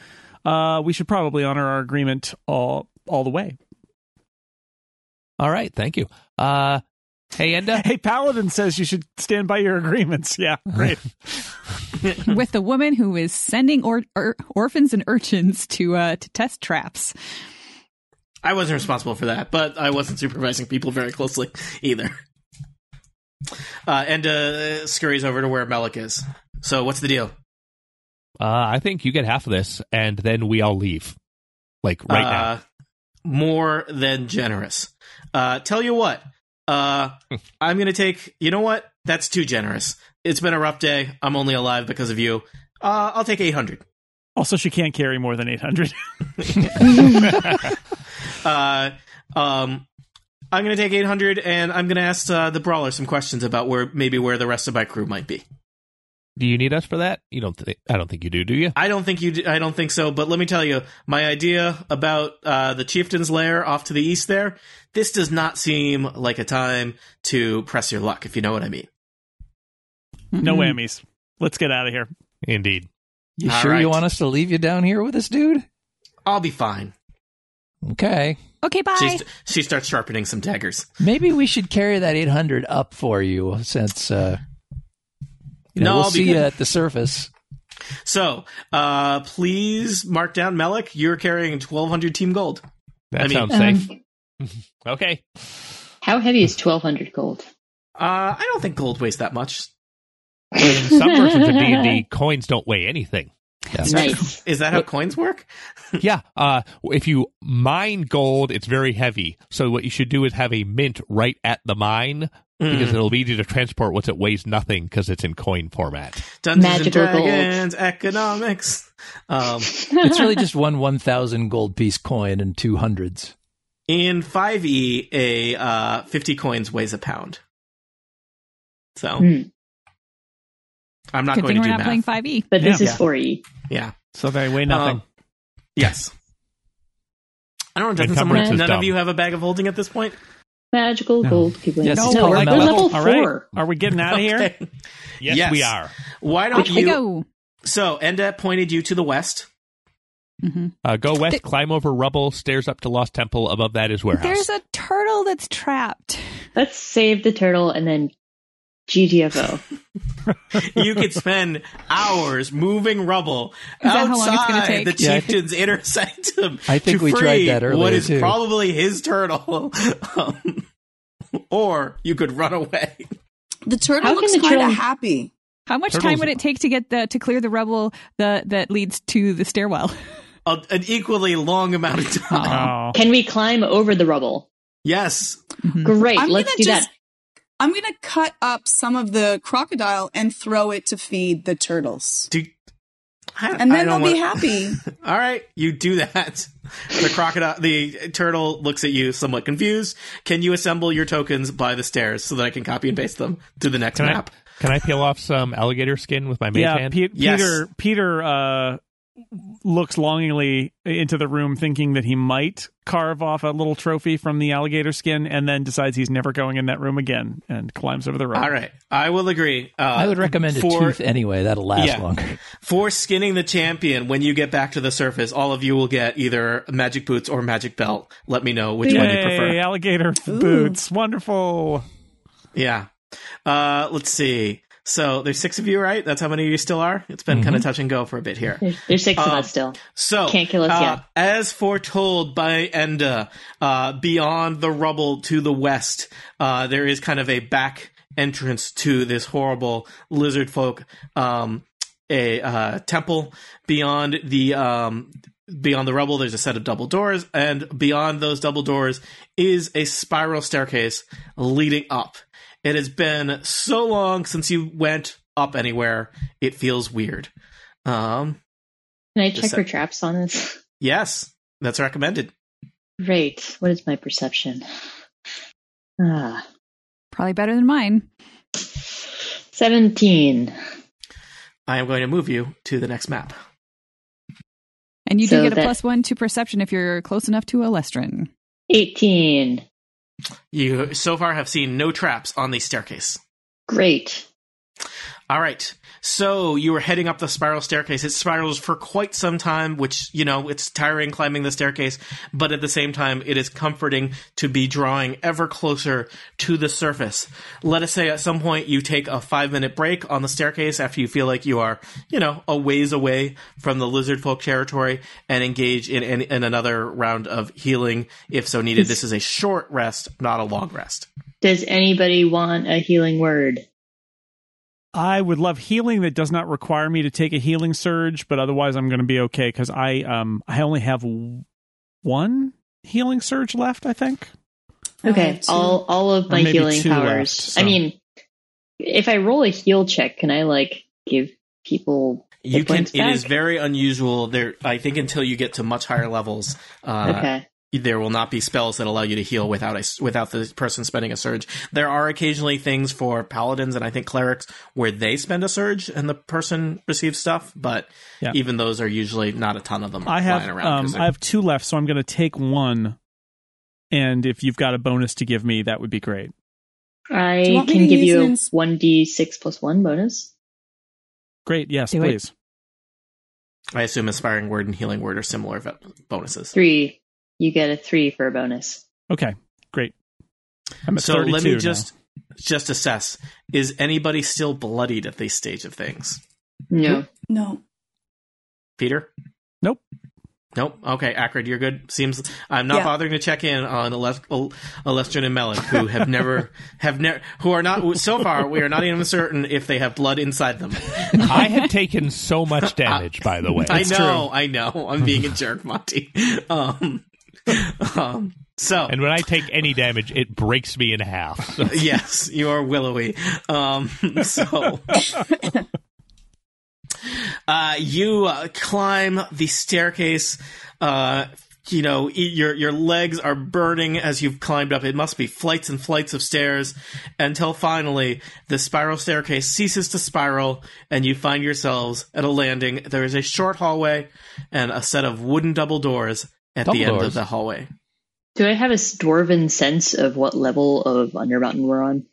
Speaker 8: Uh, we should probably honor our agreement all all the way.
Speaker 5: All right, thank you. Uh, hey, Enda.
Speaker 8: [LAUGHS] Hey, Paladin says you should stand by your agreements. Yeah, [LAUGHS] great.
Speaker 6: with the woman who is sending or- or- orphans and urchins to uh, to test traps.
Speaker 2: I wasn't responsible for that, but I wasn't supervising people very closely either. Uh, and uh, scurries over to where Malik is. So, what's the deal?
Speaker 5: Uh, I think you get half of this, and then we all leave, like right now.
Speaker 2: uh, More than generous. Uh, tell you what,
Speaker 5: [LAUGHS]
Speaker 2: uh, I'm going to take. You know what? That's too generous. It's been a rough day. I'm only alive because of you. Uh, I'll take 800.
Speaker 8: Also, she can't carry more than [LAUGHS] 800.
Speaker 2: Uh, um, I'm going to take 800, and I'm going to ask uh, the brawler some questions about where maybe where the rest of my crew might be.
Speaker 5: Do you need us for that? You don't. Th- I don't think you do. Do you?
Speaker 2: I don't think you. d- I don't think so. But let me tell you, my idea about uh, the chieftain's lair off to the east there. This does not seem like a time to press your luck, if you know what I mean.
Speaker 8: No Hmm.
Speaker 6: Mm-mm.
Speaker 8: whammies. Let's get out of here.
Speaker 5: Indeed.
Speaker 3: You
Speaker 2: All
Speaker 3: sure
Speaker 2: right.
Speaker 3: you want us to leave you down here with this dude?
Speaker 2: I'll be fine.
Speaker 3: Okay.
Speaker 6: Okay, bye.
Speaker 2: She, she starts sharpening some daggers.
Speaker 3: Maybe we should carry that 800 up for you since uh, you know,
Speaker 2: No,
Speaker 3: we'll
Speaker 2: I'll be
Speaker 3: see you
Speaker 2: good.
Speaker 3: at the surface.
Speaker 2: So, uh, please mark down Melek. You're carrying 1,200 team gold.
Speaker 5: That
Speaker 2: I mean-
Speaker 5: sounds safe.
Speaker 4: Um,
Speaker 5: Okay.
Speaker 4: how heavy is 1200 gold?
Speaker 2: Uh, I don't think gold weighs that much.
Speaker 5: In some versions
Speaker 6: [LAUGHS]
Speaker 5: of D&D, coins don't weigh anything.
Speaker 2: [LAUGHS]
Speaker 4: Nice.
Speaker 2: Is that how coins work?
Speaker 5: Yeah, uh, if you mine gold, it's very heavy. So what you should do is have a mint right at the mine because
Speaker 2: Hmm.
Speaker 5: it'll be easy to transport once it weighs nothing because it's in coin format.
Speaker 2: Dungeons
Speaker 4: Magical
Speaker 2: and
Speaker 4: gold.
Speaker 2: Dragons, economics. Um,
Speaker 3: It's really just one 1,000 gold piece coin and two hundreds.
Speaker 2: in 5e, a uh, 50 coins weighs a pound. So,
Speaker 4: [LAUGHS] Hmm.
Speaker 2: I'm not
Speaker 6: Good
Speaker 2: going
Speaker 6: thing
Speaker 2: to
Speaker 6: we're
Speaker 2: do
Speaker 6: not
Speaker 2: math.
Speaker 6: playing E. 5e.
Speaker 4: But this
Speaker 8: Yeah.
Speaker 4: is E. 4e.
Speaker 2: yeah.
Speaker 8: So they weigh nothing.
Speaker 2: Um, yes. I don't know, Jonathan, someone-
Speaker 5: Encumbrance is
Speaker 2: none of
Speaker 5: dumb.
Speaker 2: you have a bag of holding at this point?
Speaker 4: Magical gold Keyblade.
Speaker 3: Yes, it's
Speaker 4: no,
Speaker 3: called
Speaker 4: we're,
Speaker 3: Metal.
Speaker 4: we're level
Speaker 8: All right.
Speaker 4: four.
Speaker 8: Are we getting out of here?
Speaker 4: [LAUGHS]
Speaker 2: Okay.
Speaker 5: Yes,
Speaker 2: Yes.
Speaker 5: we are.
Speaker 2: Why don't
Speaker 6: Off we
Speaker 2: you?
Speaker 6: go.
Speaker 2: So, Enda pointed you to the west.
Speaker 6: hmm
Speaker 5: Uh, go west,
Speaker 6: Th-
Speaker 5: climb over rubble, stairs up to Lost Temple. Above that is warehouse.
Speaker 6: There's a turtle that's trapped.
Speaker 4: Let's save the turtle and then GGFO.
Speaker 2: You could spend hours moving rubble
Speaker 6: Is that how long it's gonna
Speaker 2: outside
Speaker 6: take?
Speaker 2: the
Speaker 3: Yeah, I think-
Speaker 2: chieftain's inner sanctum.
Speaker 3: I think
Speaker 2: to
Speaker 3: we
Speaker 2: free
Speaker 3: tried that earlier,
Speaker 2: What is
Speaker 3: too.
Speaker 2: probably his turtle, um, or you could run away.
Speaker 7: The turtle
Speaker 4: How can
Speaker 7: looks
Speaker 4: the
Speaker 7: kind of
Speaker 4: turtle-
Speaker 7: happy.
Speaker 6: How much
Speaker 5: Turtles-
Speaker 6: time would it take to get the to clear the rubble the that leads to
Speaker 2: [LAUGHS]
Speaker 6: the stairwell?
Speaker 2: A, an equally long amount of time.
Speaker 8: Oh.
Speaker 4: Can we climb over the rubble?
Speaker 2: Yes,
Speaker 4: Great,
Speaker 7: I'm
Speaker 4: let's
Speaker 7: gonna
Speaker 4: do
Speaker 7: just-
Speaker 4: that.
Speaker 7: I'm going to cut up some of the crocodile and throw it to feed the turtles.
Speaker 2: do. I,
Speaker 7: And
Speaker 2: I
Speaker 7: then they'll
Speaker 2: don't
Speaker 7: be
Speaker 8: [LAUGHS]
Speaker 2: wanna-
Speaker 7: happy.
Speaker 2: All right, you do that. The crocodile, the turtle looks at you somewhat confused. Can you assemble your tokens by the stairs so that I can copy and paste them to the next
Speaker 5: Can I-
Speaker 2: map?
Speaker 5: Can I peel off some alligator skin with my mage
Speaker 8: Yeah,
Speaker 5: hand?
Speaker 8: Pe-
Speaker 2: Yes.
Speaker 8: Peter. Peter uh, looks longingly into the room, thinking that he might carve off a little trophy from the alligator skin, and then decides he's never going in that room again, and climbs over the rope.
Speaker 2: All right, I will agree. Uh,
Speaker 3: I would recommend a
Speaker 2: for,
Speaker 3: tooth anyway. That'll last
Speaker 2: Yeah.
Speaker 3: longer.
Speaker 2: for skinning the champion. When you get back to the surface, all of you will get either magic boots or magic belt. Let me know which one you
Speaker 8: Yay,
Speaker 2: prefer.
Speaker 8: alligator f-
Speaker 7: Ooh.
Speaker 8: boots. Wonderful.
Speaker 2: Yeah. Uh, let's see. So there's six of you, right? That's how many you still are. It's been
Speaker 3: Mm-hmm.
Speaker 2: kind of touch and go for a bit here.
Speaker 4: There's, there's six of
Speaker 2: Um,
Speaker 4: us still.
Speaker 2: So,
Speaker 4: Can't kill us
Speaker 2: uh,
Speaker 4: yet.
Speaker 2: As foretold by Enda, uh, beyond the rubble to the west, uh, there is kind of a back entrance to this horrible lizard folk um, a uh, temple. Beyond the um, beyond the rubble, there's a set of double doors, and beyond those double doors is a spiral staircase leading up. It has been so long since you went up anywhere; it feels weird. Um,
Speaker 4: Can I
Speaker 2: just
Speaker 4: check
Speaker 2: a-
Speaker 4: for traps on this? [LAUGHS]
Speaker 2: Yes, that's recommended.
Speaker 4: Great. What is my perception? Ah,
Speaker 6: Probably better than mine.
Speaker 4: 17.
Speaker 2: I am going to move you to the next map.
Speaker 6: And you
Speaker 4: So
Speaker 6: do get a
Speaker 4: that-
Speaker 6: plus one to perception if you're close enough to Alestrin.
Speaker 4: 18.
Speaker 2: You so far have seen no traps on the staircase.
Speaker 4: Great.
Speaker 2: All right. So you were heading up the spiral staircase. It spirals for quite some time, which, you know, it's tiring climbing the staircase, but at the same time, it is comforting to be drawing ever closer to the surface. Let us say at some point you take a five minute break on the staircase after you feel like you are, you know, a ways away from the lizard folk territory and engage in, in, in another round of healing if so needed. This is a short rest, not a long rest.
Speaker 4: Does anybody want a healing word?
Speaker 8: I would love healing that does not require me to take a healing surge, but otherwise I'm going to be okay because I um I only have w- one healing surge left. I think.
Speaker 4: Okay,
Speaker 7: Two.
Speaker 4: Um, all all of
Speaker 8: Or
Speaker 4: my
Speaker 8: maybe
Speaker 4: healing
Speaker 8: two
Speaker 4: powers.
Speaker 8: left, so-
Speaker 4: I mean, if I roll a heal check, can I like give people?
Speaker 2: You
Speaker 4: hit
Speaker 2: can.
Speaker 4: points
Speaker 2: It is
Speaker 4: back?
Speaker 2: very unusual. There, I think, until you get to much higher levels, uh,
Speaker 4: okay.
Speaker 2: there will not be spells that allow you to heal without a without the person spending a surge. There are occasionally things for paladins and I think clerics where they spend a surge and the person receives stuff, but
Speaker 8: Yeah.
Speaker 2: even those are usually not a ton of them.
Speaker 8: I have
Speaker 2: lying around 'cause
Speaker 8: um
Speaker 2: they're-
Speaker 8: I have two left, so I'm going to take one. And if you've got a bonus to give me, that would be great.
Speaker 4: I
Speaker 7: Do you want me
Speaker 4: can
Speaker 7: to
Speaker 4: give
Speaker 7: use
Speaker 4: you
Speaker 7: an
Speaker 4: a
Speaker 7: ins-
Speaker 4: one d six plus one bonus.
Speaker 8: Great, yes,
Speaker 6: Do it.
Speaker 8: please.
Speaker 2: I assume inspiring word and healing word are similar v- bonuses.
Speaker 4: Three. You get a three for a bonus.
Speaker 8: Okay, great. I'm at
Speaker 2: so
Speaker 8: 32
Speaker 2: let me
Speaker 8: now.
Speaker 2: just just assess: is anybody still bloodied at this stage of things?
Speaker 4: No.
Speaker 7: No.
Speaker 2: Peter?
Speaker 8: Nope.
Speaker 2: Nope. Okay, Akrid, you're good. Seems I'm not
Speaker 7: Yeah.
Speaker 2: bothering to check in on Alestrin and Melon, who have never have never who are not so far. We are not even certain if they have blood inside them.
Speaker 5: I
Speaker 2: [LAUGHS]
Speaker 5: have taken so much damage, by the way.
Speaker 2: I know. I know. I'm being a jerk, Monty. Um, [LAUGHS] um, so
Speaker 5: And when I take any damage, it breaks me in half. So
Speaker 2: [LAUGHS] yes, you are willowy. Um, [LAUGHS] so. Uh, you uh, climb the staircase. Uh, you know, e- your your legs are burning as you've climbed up. It must be flights and flights of stairs until finally the spiral staircase ceases to spiral, and you find yourselves at a landing. There is a short hallway and a set of wooden double doors at
Speaker 3: Double
Speaker 2: the end
Speaker 3: doors.
Speaker 2: of the hallway.
Speaker 4: Do I have a dwarven sense of what level of Undermountain we're on?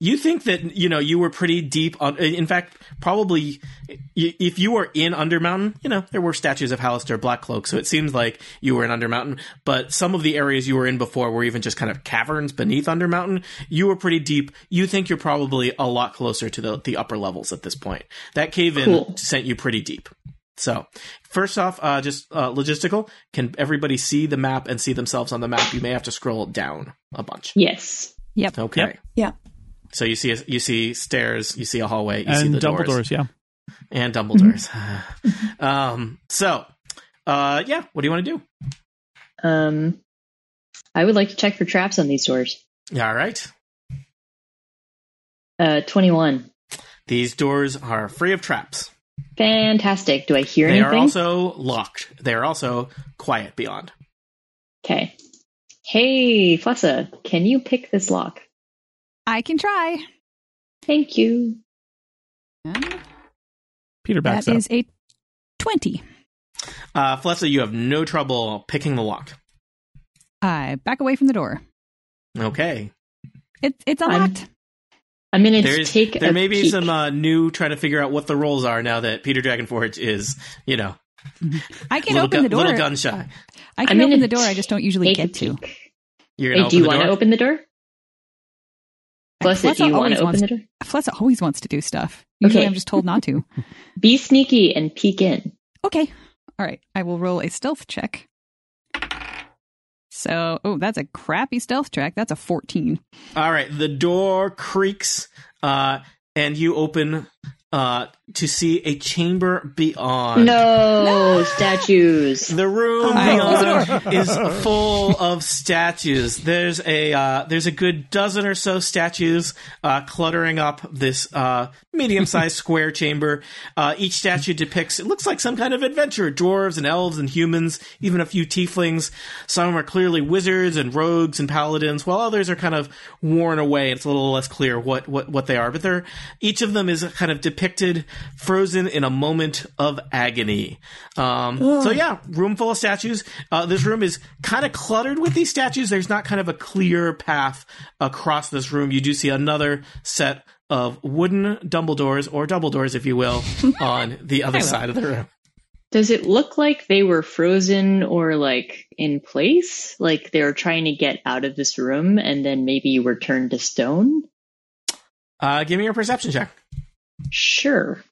Speaker 2: you think that you know you were pretty deep on in fact probably y- if you were in undermountain you know there were statues of Halister blackcloak so it seems like you were in undermountain but some of the areas you were in before were even just kind of caverns beneath undermountain you were pretty deep you think you're probably a lot closer to the, the upper levels at this point that cave in
Speaker 4: Cool.
Speaker 2: sent you pretty deep so first off uh, just uh, logistical can everybody see the map and see themselves on the map you may have to scroll down a bunch
Speaker 4: Yes.
Speaker 6: Yep.
Speaker 2: okay
Speaker 8: Yep.
Speaker 7: Yeah.
Speaker 2: so you see you see stairs, you see a hallway, you see
Speaker 8: and
Speaker 2: the
Speaker 8: Dumbledore's,
Speaker 2: doors,
Speaker 8: yeah.
Speaker 2: and Dumbledore's. [LAUGHS] um, so, uh, yeah, what do you want to do?
Speaker 4: Um, I would like to check for traps on these doors.
Speaker 2: Yeah, All right,
Speaker 4: Uh, 21.
Speaker 2: these doors are free of traps.
Speaker 4: Fantastic. Do I hear
Speaker 2: They
Speaker 4: anything?
Speaker 2: are also locked. They are also quiet beyond.
Speaker 4: okay. Hey, Flessa, can you pick this lock?
Speaker 6: I can try.
Speaker 4: Thank you.
Speaker 6: And
Speaker 8: Peter backs
Speaker 6: that
Speaker 8: up.
Speaker 6: is a 20.
Speaker 2: Uh, Flessa, you have no trouble picking the lock.
Speaker 6: I Uh, back away from the door.
Speaker 2: Okay,
Speaker 6: It, it's
Speaker 4: I'm-
Speaker 6: unlocked.
Speaker 4: I'm gonna
Speaker 2: there is
Speaker 4: take.
Speaker 2: there
Speaker 4: a
Speaker 2: may be
Speaker 4: peek.
Speaker 2: some uh, new trying to figure out what the roles are now that Peter Dragonforge is you know
Speaker 6: I can
Speaker 2: little
Speaker 6: open
Speaker 2: gun,
Speaker 6: the door.
Speaker 2: little gun shy.
Speaker 6: I can
Speaker 4: I'm
Speaker 6: open
Speaker 4: gonna
Speaker 6: the door. I just don't usually
Speaker 4: take
Speaker 6: get
Speaker 4: a
Speaker 6: to.
Speaker 4: peek.
Speaker 2: You're
Speaker 4: Hey,
Speaker 2: gonna
Speaker 4: do
Speaker 2: open
Speaker 4: you
Speaker 2: the
Speaker 4: want to
Speaker 2: door.
Speaker 4: open the door? Flessa,
Speaker 6: Flessa
Speaker 4: do you want
Speaker 6: always
Speaker 4: to open
Speaker 6: wants-
Speaker 4: the door?
Speaker 6: Flessa always wants to do stuff. Usually
Speaker 4: Okay.
Speaker 6: I'm just told not to.
Speaker 4: Be sneaky and peek in.
Speaker 6: Okay. All right. I will roll a stealth check. So, oh, that's a crappy stealth check. That's a 14.
Speaker 2: All right, the door creaks, uh, and you open uh, to see a chamber beyond.
Speaker 4: No, statues.
Speaker 2: The room
Speaker 6: no.
Speaker 2: beyond is full of statues. There's a uh, there's a good dozen or so statues uh, cluttering up this uh, medium sized square chamber. Uh, each statue depicts it looks like some kind of adventure: dwarves and elves and humans, even a few tieflings. Some are clearly wizards and rogues and paladins, while others are kind of worn away. It's a little less clear what what what they are, but they're each of them is kind of depicted frozen in a moment of agony. Um, so yeah, room full of statues. Uh, this room is kind of cluttered with these statues. There's not kind of a clear path across this room. You do see another set of wooden Dumbledores or Dumbledores, if you will, on the other side of the room.
Speaker 4: Does it look like they were frozen or like in place? Like they were trying to get out of this room and then maybe were turned to stone?
Speaker 2: Uh, give me your perception check.
Speaker 4: Sure.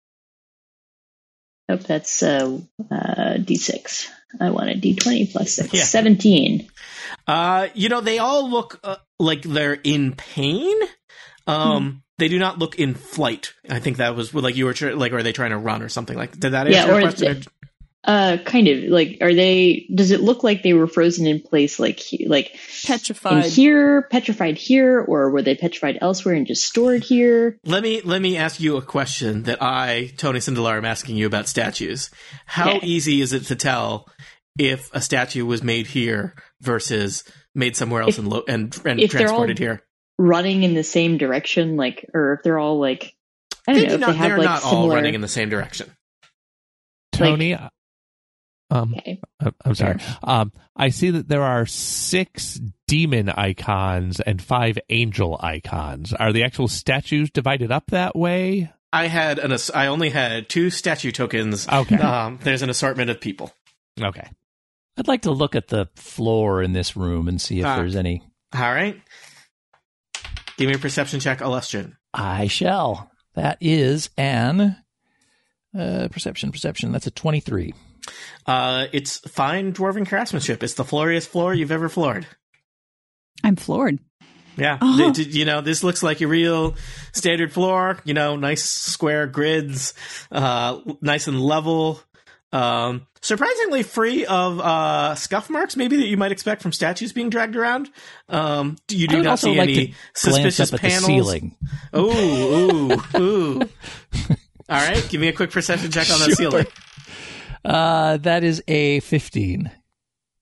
Speaker 4: Nope, that's uh, uh, d6. I want a d20 plus 6.
Speaker 2: Yeah.
Speaker 4: 17.
Speaker 2: Uh, you know, they all look uh, like they're in pain. Um,
Speaker 4: Hmm.
Speaker 2: they do not look in flight. I think that was like you were tr- like, are they trying to run or something? Like, did that answer
Speaker 4: Yeah,
Speaker 2: your
Speaker 4: or
Speaker 2: question?
Speaker 4: th- Uh, kind of like are they? Does it look like they were frozen in place, like he- like in
Speaker 7: Petrified.
Speaker 4: here, petrified here, or were they petrified elsewhere and just stored here?
Speaker 2: let me let me ask you a question that I, Tony Sindelar, am asking you about statues. How
Speaker 4: Okay.
Speaker 2: easy is it to tell if a statue was made here versus made somewhere else
Speaker 4: If-
Speaker 2: and, lo- and and
Speaker 4: if they're all-
Speaker 2: transported here?
Speaker 4: Running in the same direction, like or if they're all like I don't
Speaker 2: They
Speaker 4: know
Speaker 2: do
Speaker 4: if
Speaker 2: not,
Speaker 4: they have
Speaker 2: are
Speaker 4: like
Speaker 2: not all
Speaker 4: similar.
Speaker 2: running in the same direction.
Speaker 5: [LAUGHS] Tony, um,
Speaker 4: okay,
Speaker 5: I- I'm sorry. Um, I see that there are six demon icons and five angel icons. Are the actual statues divided up that way?
Speaker 2: I had an ass- I only had two statue tokens.
Speaker 5: Okay.
Speaker 2: Um, there's an assortment of people.
Speaker 5: Okay.
Speaker 3: I'd like to look at the floor in this room and see if
Speaker 2: Ah.
Speaker 3: there's any.
Speaker 2: All right. Give me a perception check, Illustration.
Speaker 3: I shall. That is an uh, perception. Perception. That's a twenty-three.
Speaker 2: Uh, it's fine dwarven craftsmanship. It's the floriest floor you've ever floored.
Speaker 6: I'm floored.
Speaker 2: Yeah.
Speaker 6: Oh.
Speaker 2: Th- th- you know, this looks like a real standard floor, you know, nice square grids, uh, nice and level. Um, surprisingly free of uh, scuff marks, maybe that you might expect from statues being dragged around. Um, do- you
Speaker 3: I
Speaker 2: do
Speaker 3: would
Speaker 2: not
Speaker 3: also
Speaker 2: see
Speaker 3: like
Speaker 2: any
Speaker 3: to glance
Speaker 2: suspicious
Speaker 3: up at
Speaker 2: panels.
Speaker 3: the ceiling.
Speaker 2: Ooh, ooh, ooh.
Speaker 3: [LAUGHS]
Speaker 2: All right, give me a quick perception check on that ceiling.
Speaker 3: Uh, that is a fifteen.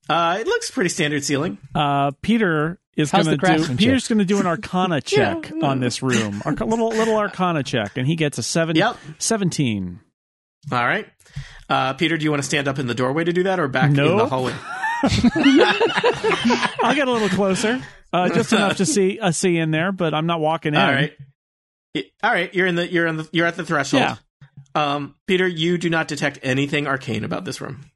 Speaker 2: Uh, it looks pretty standard ceiling.
Speaker 8: Uh, Peter is
Speaker 3: How's
Speaker 8: going to
Speaker 3: the
Speaker 8: do.
Speaker 3: craftsmanship?
Speaker 8: Peter's going to do an Arcana check on this room. Arc- little little Arcana check, and he gets a seven.
Speaker 2: Yep.
Speaker 8: Seventeen.
Speaker 2: All right. Uh, Peter, do you want to stand up in the doorway to do that or back in the
Speaker 8: Nope.
Speaker 2: hallway?
Speaker 8: I'll get a little closer, uh, just enough to see a see in there, but I'm not walking in.
Speaker 2: All right. Y- All right, you're in the you're in the you're at the threshold.
Speaker 8: Yeah.
Speaker 2: Um, Peter, you do not detect anything arcane about this room.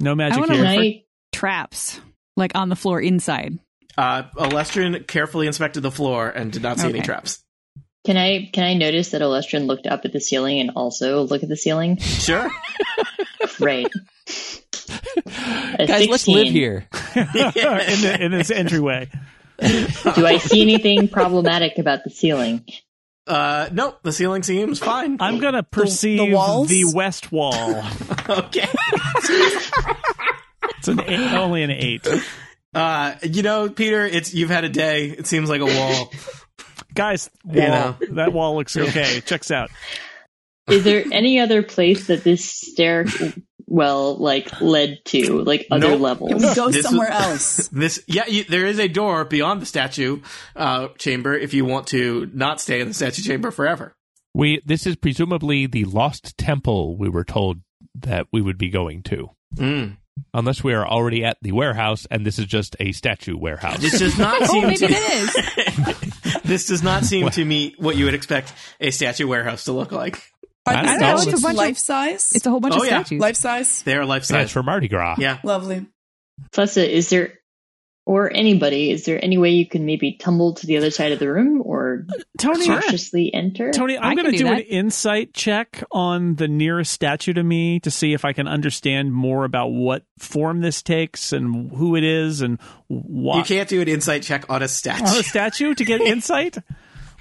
Speaker 8: No
Speaker 6: I
Speaker 8: magic
Speaker 6: wanna
Speaker 8: here.
Speaker 6: look-
Speaker 4: I
Speaker 6: Traps, like on the floor inside.
Speaker 2: Uh, Alestrian carefully inspected the floor and did not see any
Speaker 6: Okay.
Speaker 2: traps.
Speaker 4: can I can I notice that Olestrin looked up at the ceiling and also looked at the ceiling?
Speaker 2: Sure.
Speaker 3: [LAUGHS]
Speaker 4: Great.
Speaker 3: Guys, let's
Speaker 4: 16.
Speaker 3: live here.
Speaker 8: [LAUGHS] in, the, in this entryway.
Speaker 4: Do I see anything problematic about the ceiling?
Speaker 2: [LAUGHS] uh, nope. The ceiling seems fine. [LAUGHS]
Speaker 8: I'm going to perceive the,
Speaker 7: walls?
Speaker 8: west wall.
Speaker 2: okay.
Speaker 8: It's an eight, only an eight.
Speaker 2: Uh, you know, Peter, it's you've had a day. It seems like a wall.
Speaker 8: Guys, wall,
Speaker 2: You know.
Speaker 8: that wall looks okay. Checks out.
Speaker 4: Is there any other place that this stair well like led to, like other
Speaker 2: Nope.
Speaker 4: levels?
Speaker 7: We go
Speaker 2: This
Speaker 8: [LAUGHS]
Speaker 2: is-
Speaker 7: somewhere else.
Speaker 2: This, yeah, you, there is a door beyond the statue uh, chamber if you want to not stay in the statue chamber forever.
Speaker 5: We this is presumably the lost temple we were told that we would be going to.
Speaker 2: Mm.
Speaker 5: Unless we are already at the warehouse and this is just a statue warehouse.
Speaker 2: This does
Speaker 6: [LAUGHS]
Speaker 2: not
Speaker 6: Oh,
Speaker 2: seem
Speaker 6: maybe it
Speaker 2: to.
Speaker 6: is.
Speaker 2: [LAUGHS] This does not seem to meet what you would expect a statue warehouse to look like.
Speaker 7: Are
Speaker 5: I
Speaker 7: these
Speaker 5: don't know.
Speaker 6: It's
Speaker 7: statues
Speaker 6: a bunch of-
Speaker 7: life size?
Speaker 6: It's a whole bunch
Speaker 2: Oh,
Speaker 6: of
Speaker 2: yeah.
Speaker 6: statues.
Speaker 7: life size?
Speaker 2: They are life
Speaker 5: Yeah,
Speaker 2: size.
Speaker 5: it's for Mardi Gras.
Speaker 2: Yeah.
Speaker 7: Lovely.
Speaker 4: Plessa, is there or anybody, is there any way you can maybe tumble to the other side of the room or
Speaker 8: Tony,
Speaker 4: cautiously enter?
Speaker 8: Tony,
Speaker 6: I
Speaker 8: I'm
Speaker 6: can
Speaker 8: going to
Speaker 6: do
Speaker 8: do, an
Speaker 6: that.
Speaker 8: insight check on the nearest statue to me to see if I can understand more about what form this takes and who it is and
Speaker 2: You
Speaker 8: what
Speaker 2: can't do an insight check on a
Speaker 8: on a
Speaker 6: Oh,
Speaker 2: statue.
Speaker 8: statue to get insight.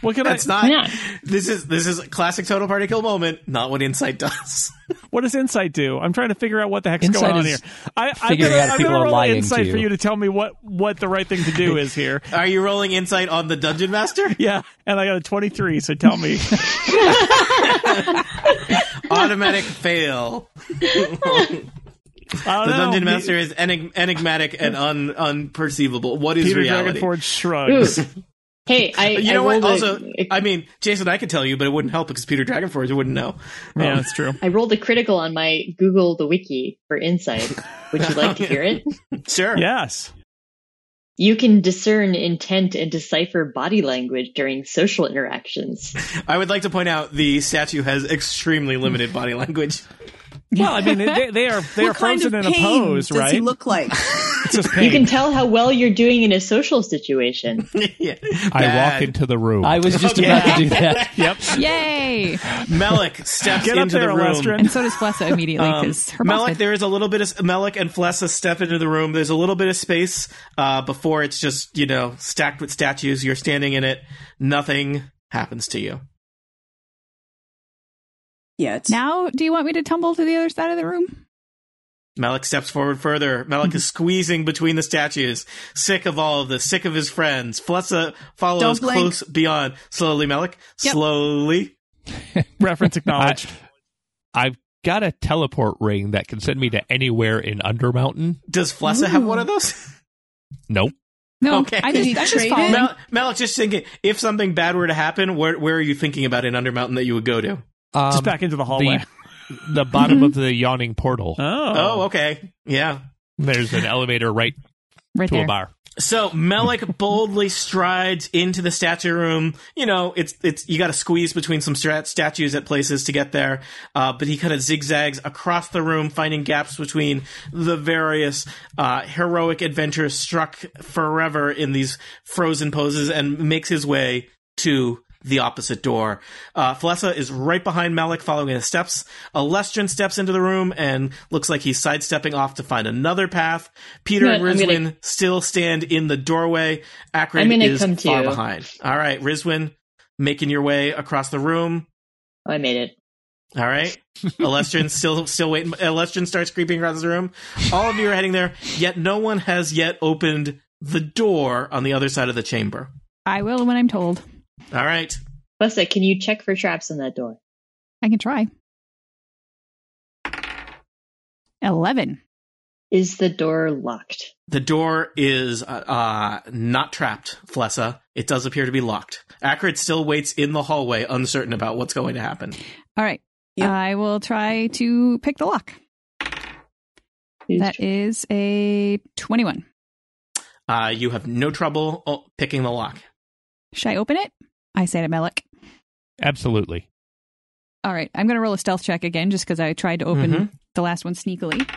Speaker 8: What can I?
Speaker 2: [LAUGHS] That's not.
Speaker 4: Yeah.
Speaker 2: This is this is a classic total party kill moment. Not what insight [LAUGHS] does.
Speaker 8: What does insight do? I'm trying to figure out what the heck's
Speaker 3: Insight
Speaker 8: going on here.
Speaker 3: is
Speaker 8: I, I'm
Speaker 3: figuring
Speaker 8: gonna,
Speaker 3: out if
Speaker 8: I'm
Speaker 3: people
Speaker 8: gonna
Speaker 3: are
Speaker 8: roll
Speaker 3: lying to
Speaker 8: insight for
Speaker 3: you.
Speaker 8: you to tell me what what the right thing to do is here.
Speaker 2: Are you rolling insight on the dungeon master?
Speaker 6: [LAUGHS]
Speaker 8: Yeah, and I got a 23, so tell me.
Speaker 2: Automatic fail.
Speaker 8: I don't
Speaker 2: The
Speaker 8: know.
Speaker 2: dungeon
Speaker 8: Me-
Speaker 2: master is enig- enigmatic and un- unperceivable. What is
Speaker 8: Peter
Speaker 2: reality?
Speaker 8: Dragonforge
Speaker 4: Ooh.
Speaker 8: shrugs.
Speaker 4: Hey, I
Speaker 2: you
Speaker 4: I
Speaker 2: know what?
Speaker 4: rolled a-
Speaker 2: Also,
Speaker 4: a-
Speaker 2: I mean, Jason, I could tell you, but it wouldn't help because Peter Dragonforge wouldn't
Speaker 8: [LAUGHS]
Speaker 2: know.
Speaker 8: Yeah,
Speaker 2: Um,
Speaker 8: that's
Speaker 2: [LAUGHS]
Speaker 8: true.
Speaker 4: I rolled a critical on my Google the wiki for insight. Would you like to hear it?
Speaker 2: sure.
Speaker 8: Yes.
Speaker 4: You can discern intent and decipher body language during social interactions.
Speaker 2: I would like to point out the statue has extremely limited body language. [LAUGHS]
Speaker 8: Well, I mean, they, they are they are
Speaker 7: what kind
Speaker 8: frozen
Speaker 7: of
Speaker 8: in
Speaker 7: pain
Speaker 8: a pose,
Speaker 7: does
Speaker 8: right?
Speaker 7: he look like? [LAUGHS]
Speaker 8: it's [LAUGHS] just
Speaker 4: You
Speaker 8: pain.
Speaker 4: can tell how well you're doing in a social situation.
Speaker 2: yeah.
Speaker 5: I walk
Speaker 2: Bad.
Speaker 5: into the room.
Speaker 3: I was
Speaker 2: [LAUGHS]
Speaker 3: just about to do that.
Speaker 8: yep.
Speaker 6: Yay!
Speaker 2: Melick steps
Speaker 8: Get up
Speaker 2: into
Speaker 8: there,
Speaker 2: the room.
Speaker 8: Alestrin.
Speaker 6: And so does Flessa
Speaker 2: [LAUGHS]
Speaker 6: immediately
Speaker 2: Um,
Speaker 6: because her mom's
Speaker 2: Melek,
Speaker 6: been-
Speaker 2: there is a little bit of Melek and Flessa step into the room. There's a little bit of space uh, before it's just you know stacked with statues. You're standing in it. Nothing happens to you.
Speaker 7: Yeah. it's-
Speaker 6: Now, do you want me to tumble to the other side of the room?
Speaker 2: Melek steps forward further. Melek is
Speaker 6: Mm-hmm.
Speaker 2: squeezing between the statues, sick of all of this, sick of his friends. Flessa follows
Speaker 7: Don't blink.
Speaker 2: close beyond. Slowly, Melek.
Speaker 6: Yep.
Speaker 2: Slowly.
Speaker 8: Reference acknowledged.
Speaker 5: I've got a teleport ring that can send me to anywhere in Undermountain.
Speaker 2: Does Flessa have one of those?
Speaker 5: Nope.
Speaker 6: [LAUGHS] No,
Speaker 2: Okay.
Speaker 6: I
Speaker 7: Did
Speaker 6: just,
Speaker 7: you
Speaker 6: I just
Speaker 7: trade
Speaker 6: fall.
Speaker 7: it?
Speaker 6: in.
Speaker 2: Mel- Melek, just thinking, if something bad were to happen, where where are you thinking about in Undermountain that you would go to?
Speaker 5: Um,
Speaker 8: just back into the hallway.
Speaker 5: the, the bottom of the yawning portal.
Speaker 8: oh.
Speaker 2: Oh, okay, yeah.
Speaker 5: There's an elevator right
Speaker 6: right
Speaker 5: to a
Speaker 6: there.
Speaker 5: bar.
Speaker 2: So
Speaker 4: [LAUGHS]
Speaker 2: Melek boldly strides into the statue room. You know, it's it's you got to squeeze between some strat- statues at places to get there. Uh, but he kind of zigzags across the room, finding gaps between the various uh, heroic adventures struck forever in these frozen poses, and makes his way to the opposite door. Uh, Flessa is right behind Malik, following in his steps. Alestrin steps into the room and looks like he's sidestepping off to find another path. Peter and
Speaker 4: No, I'm
Speaker 2: Rizwin
Speaker 4: gonna-
Speaker 2: still stand in the doorway. Akron
Speaker 4: I'm gonna
Speaker 2: is
Speaker 4: come to
Speaker 2: far
Speaker 4: you.
Speaker 2: behind. All right, Rizwin, making your way across the room.
Speaker 4: Oh, I made it.
Speaker 2: All right, Alestrin still still waiting. Alestrin starts creeping across the room. All of you are heading there, yet no one has yet opened the door on the other side of the chamber.
Speaker 6: I will when I'm told.
Speaker 2: All right,
Speaker 4: Busta, can you check for traps in that door?
Speaker 6: I can try. 11.
Speaker 4: Is the door locked?
Speaker 2: The door is uh, uh, not trapped, Flessa. It does appear to be locked. Akrid still waits in the hallway, uncertain about what's going to happen.
Speaker 6: All right.
Speaker 7: Yeah.
Speaker 6: I will try to pick the lock.
Speaker 4: Who's
Speaker 6: That is a 21.
Speaker 2: Uh, you have no trouble oh, picking the lock.
Speaker 6: Should I open it? I say to Melek.
Speaker 5: Absolutely.
Speaker 6: All right. I'm going to roll a stealth check again just because I tried to open
Speaker 7: Mm-hmm.
Speaker 2: Mhm.
Speaker 6: the last one sneakily.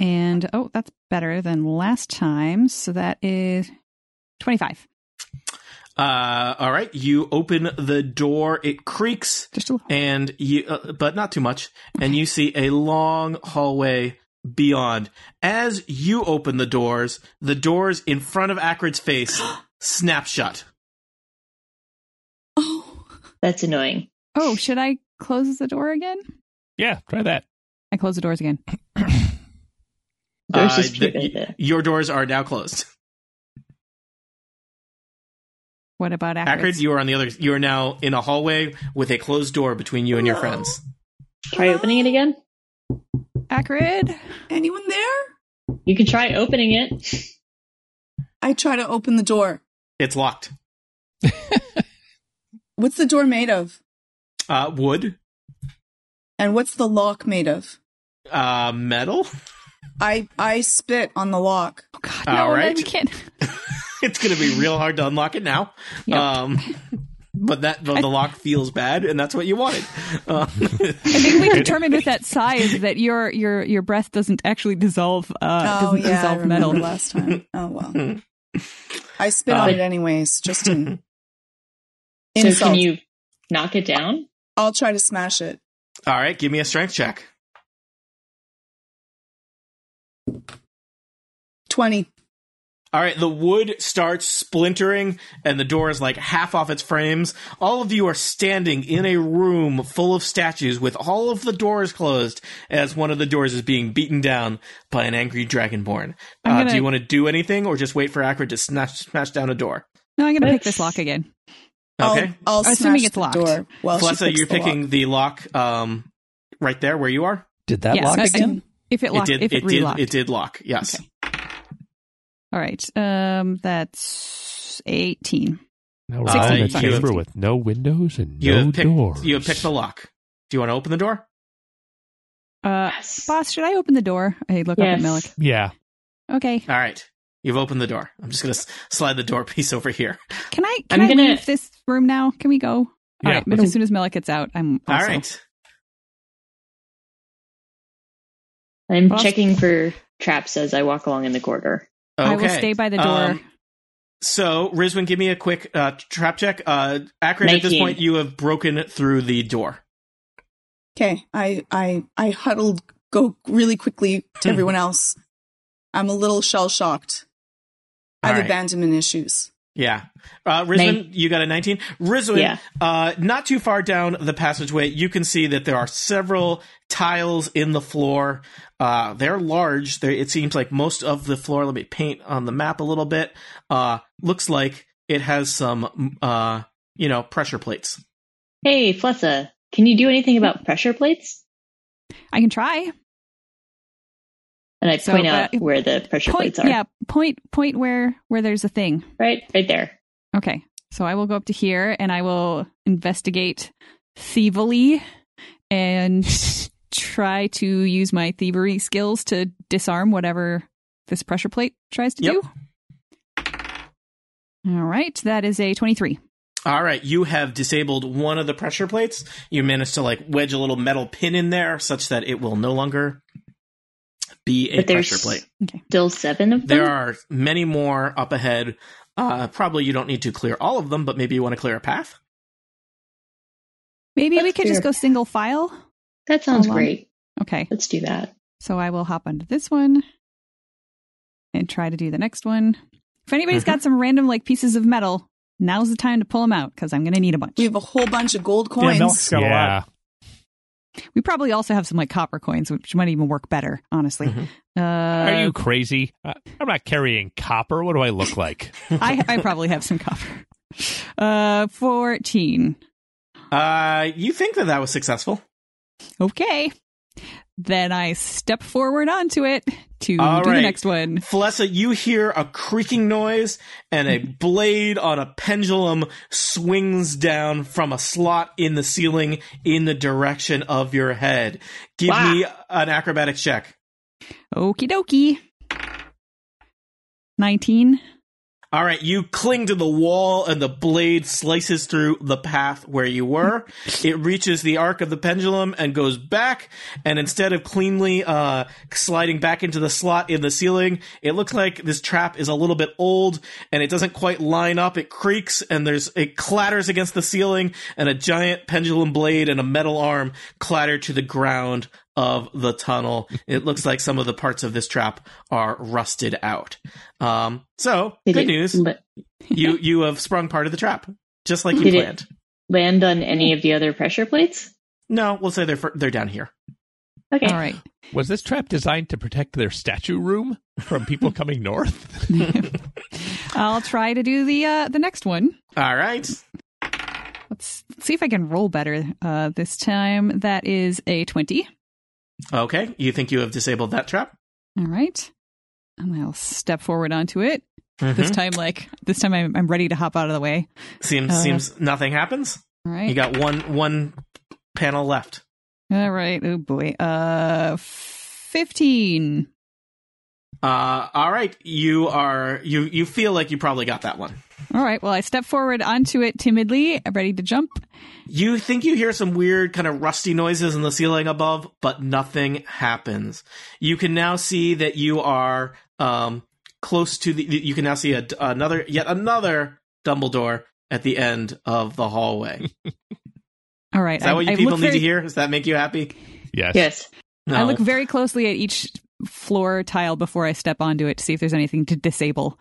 Speaker 6: And oh, that's better than last time. So that is 25.
Speaker 2: Uh, all right, you open the door. It creaks,
Speaker 6: Just a little.
Speaker 2: and you, uh, but not too much. And you see a long hallway beyond. As you open the doors, the doors in front of Akrid's
Speaker 4: [GASPS]
Speaker 2: face snap shut.
Speaker 7: Oh,
Speaker 4: That's annoying.
Speaker 6: Oh, should I close the door again?
Speaker 5: Yeah, try that.
Speaker 6: I close the doors again.
Speaker 4: There's
Speaker 2: Uh,
Speaker 4: just
Speaker 2: the-
Speaker 4: people there.
Speaker 2: your doors are now closed.
Speaker 6: What about
Speaker 2: Akrid,
Speaker 6: Akrid?
Speaker 2: you are on the other. You are now in a hallway with a closed door between you and your friends.
Speaker 4: Try opening it again.
Speaker 6: Akrid?
Speaker 7: anyone there?
Speaker 4: You can try opening it.
Speaker 7: I try to open the door.
Speaker 2: It's locked.
Speaker 7: What's the door made of?
Speaker 2: Uh, wood,
Speaker 7: And what's the lock made of?
Speaker 2: uh, metal.
Speaker 7: I I spit on the lock.
Speaker 6: Oh, God.
Speaker 2: All
Speaker 6: No, no,
Speaker 2: right.
Speaker 6: we can't.
Speaker 2: [LAUGHS] It's going to be real hard to unlock it now.
Speaker 6: Yep.
Speaker 2: Um, but that but the lock feels bad, and that's what you wanted. Uh,
Speaker 6: I
Speaker 2: [LAUGHS]
Speaker 6: think we determined with that size that your your your breath doesn't actually dissolve uh
Speaker 7: oh
Speaker 6: doesn't
Speaker 7: yeah, I
Speaker 6: dissolve
Speaker 7: remember
Speaker 6: metal.
Speaker 7: last
Speaker 8: [LAUGHS]
Speaker 7: time. Oh well. I spit
Speaker 2: Uh,
Speaker 7: on it anyways,
Speaker 8: [LAUGHS]
Speaker 7: just in
Speaker 4: So
Speaker 7: insult.
Speaker 4: can you knock it down?
Speaker 7: I'll try to smash it.
Speaker 2: [LAUGHS] all right, give me a strength check.
Speaker 7: Twenty.
Speaker 2: All right, the wood starts splintering, and the door is like half off its frames. All of you are standing in a room full of statues with all of the doors closed as one of the doors is being beaten down by an angry dragonborn.
Speaker 6: I'm
Speaker 2: Uh,
Speaker 6: gonna-
Speaker 2: Do you want to do anything or just wait for Akrid to smash, smash down a door?
Speaker 6: No, I'm gonna pick
Speaker 4: Let's-
Speaker 6: this lock again.
Speaker 2: Okay.
Speaker 7: I'll, I'll
Speaker 6: Assuming
Speaker 7: smash
Speaker 6: it's
Speaker 7: the
Speaker 6: locked.
Speaker 7: door. Well,
Speaker 2: Flessa, you're picking Oh, the lock um, right there where you are?
Speaker 3: Did that
Speaker 6: Yes,
Speaker 3: lock
Speaker 6: I- [LAUGHS]
Speaker 3: again?
Speaker 6: If it locked, if it,
Speaker 2: did,
Speaker 6: relocked.
Speaker 2: it did lock, yes.
Speaker 6: Okay. All right. Um that's eighteen.
Speaker 2: Uh,
Speaker 5: Now we're in a
Speaker 2: you have-
Speaker 5: chamber with no windows and
Speaker 2: You,
Speaker 5: no
Speaker 2: have
Speaker 5: doors.
Speaker 2: picked, you have picked the lock. Do you want to open the door?
Speaker 6: Uh
Speaker 4: Yes.
Speaker 6: boss, should I open the door? I look up
Speaker 4: Yes.
Speaker 6: at Melik.
Speaker 5: [LAUGHS] Yeah.
Speaker 6: Okay.
Speaker 2: All right. You've opened the door. I'm just going to slide the door [LAUGHS] piece over here.
Speaker 6: Can I can
Speaker 4: I'm
Speaker 6: i
Speaker 4: gonna-
Speaker 6: leave this room now? Can we go? All
Speaker 5: Yeah,
Speaker 6: right, but as soon as Melik gets out, I'm also
Speaker 2: All right.
Speaker 4: I'm
Speaker 6: Well,
Speaker 4: checking for traps as I walk along in the corridor.
Speaker 2: Okay.
Speaker 6: I will stay by the door.
Speaker 2: Um, so, Rizwin, give me a quick uh, trap check. Uh, Akron, at this
Speaker 4: 19.
Speaker 2: point, you have broken through the door.
Speaker 7: Okay, I I I huddled go really quickly to
Speaker 2: Hmm.
Speaker 7: everyone else. I'm a little shell shocked. I have
Speaker 2: All right.
Speaker 7: abandonment issues.
Speaker 2: Yeah. Uh, Rizwin,
Speaker 4: Nin-
Speaker 2: you got a 19. Rizwin,
Speaker 4: Yeah.
Speaker 2: uh, not too far down the passageway, you can see that there are several tiles in the floor. Uh, they're large. they it seems like most of the floor, let me paint on the map a little bit, uh, looks like it has some, uh, you know, pressure plates.
Speaker 4: Hey, Flessa, can you do anything about pressure plates?
Speaker 6: I can try.
Speaker 4: And I
Speaker 6: So,
Speaker 4: point out
Speaker 6: uh,
Speaker 4: where the pressure
Speaker 6: Point
Speaker 4: plates are.
Speaker 6: yeah, point point where where there's a thing.
Speaker 4: Right? Right there.
Speaker 6: Okay. So I will go up to here and I will investigate thievily and try to use my thievery skills to disarm whatever this pressure plate tries to
Speaker 2: Yep.
Speaker 6: do. All right, that is a 23.
Speaker 2: All right, you have disabled one of the pressure plates. You managed to like wedge a little metal pin in there such that it will no longer be a
Speaker 4: But there's
Speaker 2: pressure plate.
Speaker 4: still seven of them.
Speaker 2: There are many more up ahead. Uh, probably you don't need to clear all of them, but maybe you want to clear a path.
Speaker 6: Maybe we
Speaker 4: That's
Speaker 6: could just
Speaker 4: fair.
Speaker 6: go single file.
Speaker 4: that sounds
Speaker 6: Hold on.
Speaker 4: great.
Speaker 6: Okay,
Speaker 4: Let's do that.
Speaker 6: so I will hop onto this one and try to do the next one. If anybody's got some random like pieces of metal, now's the time to pull them out because I'm going to need a bunch.
Speaker 7: We have a whole bunch of gold
Speaker 8: Yeah, Mel's
Speaker 7: coins.
Speaker 8: got a lot.
Speaker 5: yeah.
Speaker 6: We probably also have some like copper coins, which might even work better, honestly.
Speaker 2: Mhm.
Speaker 6: Uh,
Speaker 5: Are you crazy? I- I'm not carrying copper. What do I look like?
Speaker 6: [LAUGHS] I, I probably have some copper. Uh, 14.
Speaker 2: Uh, you think that that was successful?
Speaker 6: Okay. Then I step forward onto it to
Speaker 2: All
Speaker 6: do
Speaker 2: right.
Speaker 6: the next one.
Speaker 2: Flessa, you hear a creaking noise and a blade on a pendulum swings down from a slot in the ceiling in the direction of your head. Give
Speaker 4: Wow.
Speaker 2: me an acrobatic check.
Speaker 6: Okie dokie. 19.
Speaker 2: All right, you cling to the wall and the blade slices through the path where you were. it reaches the arc of the pendulum and goes back. And instead of cleanly uh, sliding back into the slot in the ceiling, it looks like this trap is a little bit old and it doesn't quite line up. It creaks and there's it clatters against the ceiling, and a giant pendulum blade and a metal arm clatter to the ground of the tunnel. it looks like some of the parts of this trap are rusted out. Um, so
Speaker 4: Did
Speaker 2: good
Speaker 4: it
Speaker 2: news,
Speaker 4: [LAUGHS] la-
Speaker 2: you you have sprung part of the trap, just like you
Speaker 4: Did it-
Speaker 2: planned.
Speaker 4: land on any of the other pressure plates?
Speaker 2: No, we'll say they're fir- they're down here.
Speaker 4: Okay.
Speaker 6: All right.
Speaker 5: Was this trap designed to protect their statue room from people coming north?
Speaker 6: [LAUGHS]
Speaker 5: [LAUGHS]
Speaker 6: I'll try to do the uh, the next one.
Speaker 2: All right,
Speaker 6: Let's, let's see if I can roll better uh, this time. That is a 20.
Speaker 2: okay. You think you have disabled that trap?
Speaker 6: All right. And I'll step forward onto it. This
Speaker 2: Mhm.
Speaker 6: time, like, this time I'm, I'm ready to hop out of the way.
Speaker 4: Oh,
Speaker 2: Seems
Speaker 6: Uh,
Speaker 2: seems nothing happens.
Speaker 6: All right.
Speaker 2: You got one one panel left.
Speaker 6: All right. Oh boy. Uh, fifteen.
Speaker 2: Uh, all right, you are you you feel like you probably got that one.
Speaker 6: All right. Well, I step forward onto it timidly, ready to jump.
Speaker 2: You think you hear some weird kind of rusty noises in the ceiling above, but nothing happens. You can now see that you are um close to the. You can now see a, another yet another Dumbledore at the end of the hallway.
Speaker 6: All right.
Speaker 2: Is that
Speaker 6: I,
Speaker 2: what you
Speaker 6: I
Speaker 2: people
Speaker 6: look
Speaker 2: need
Speaker 6: very,
Speaker 2: to hear? Does that make you happy?
Speaker 5: Yes.
Speaker 4: Yes.
Speaker 6: I look very closely at each floor tile before I step onto it to see if there's anything to disable.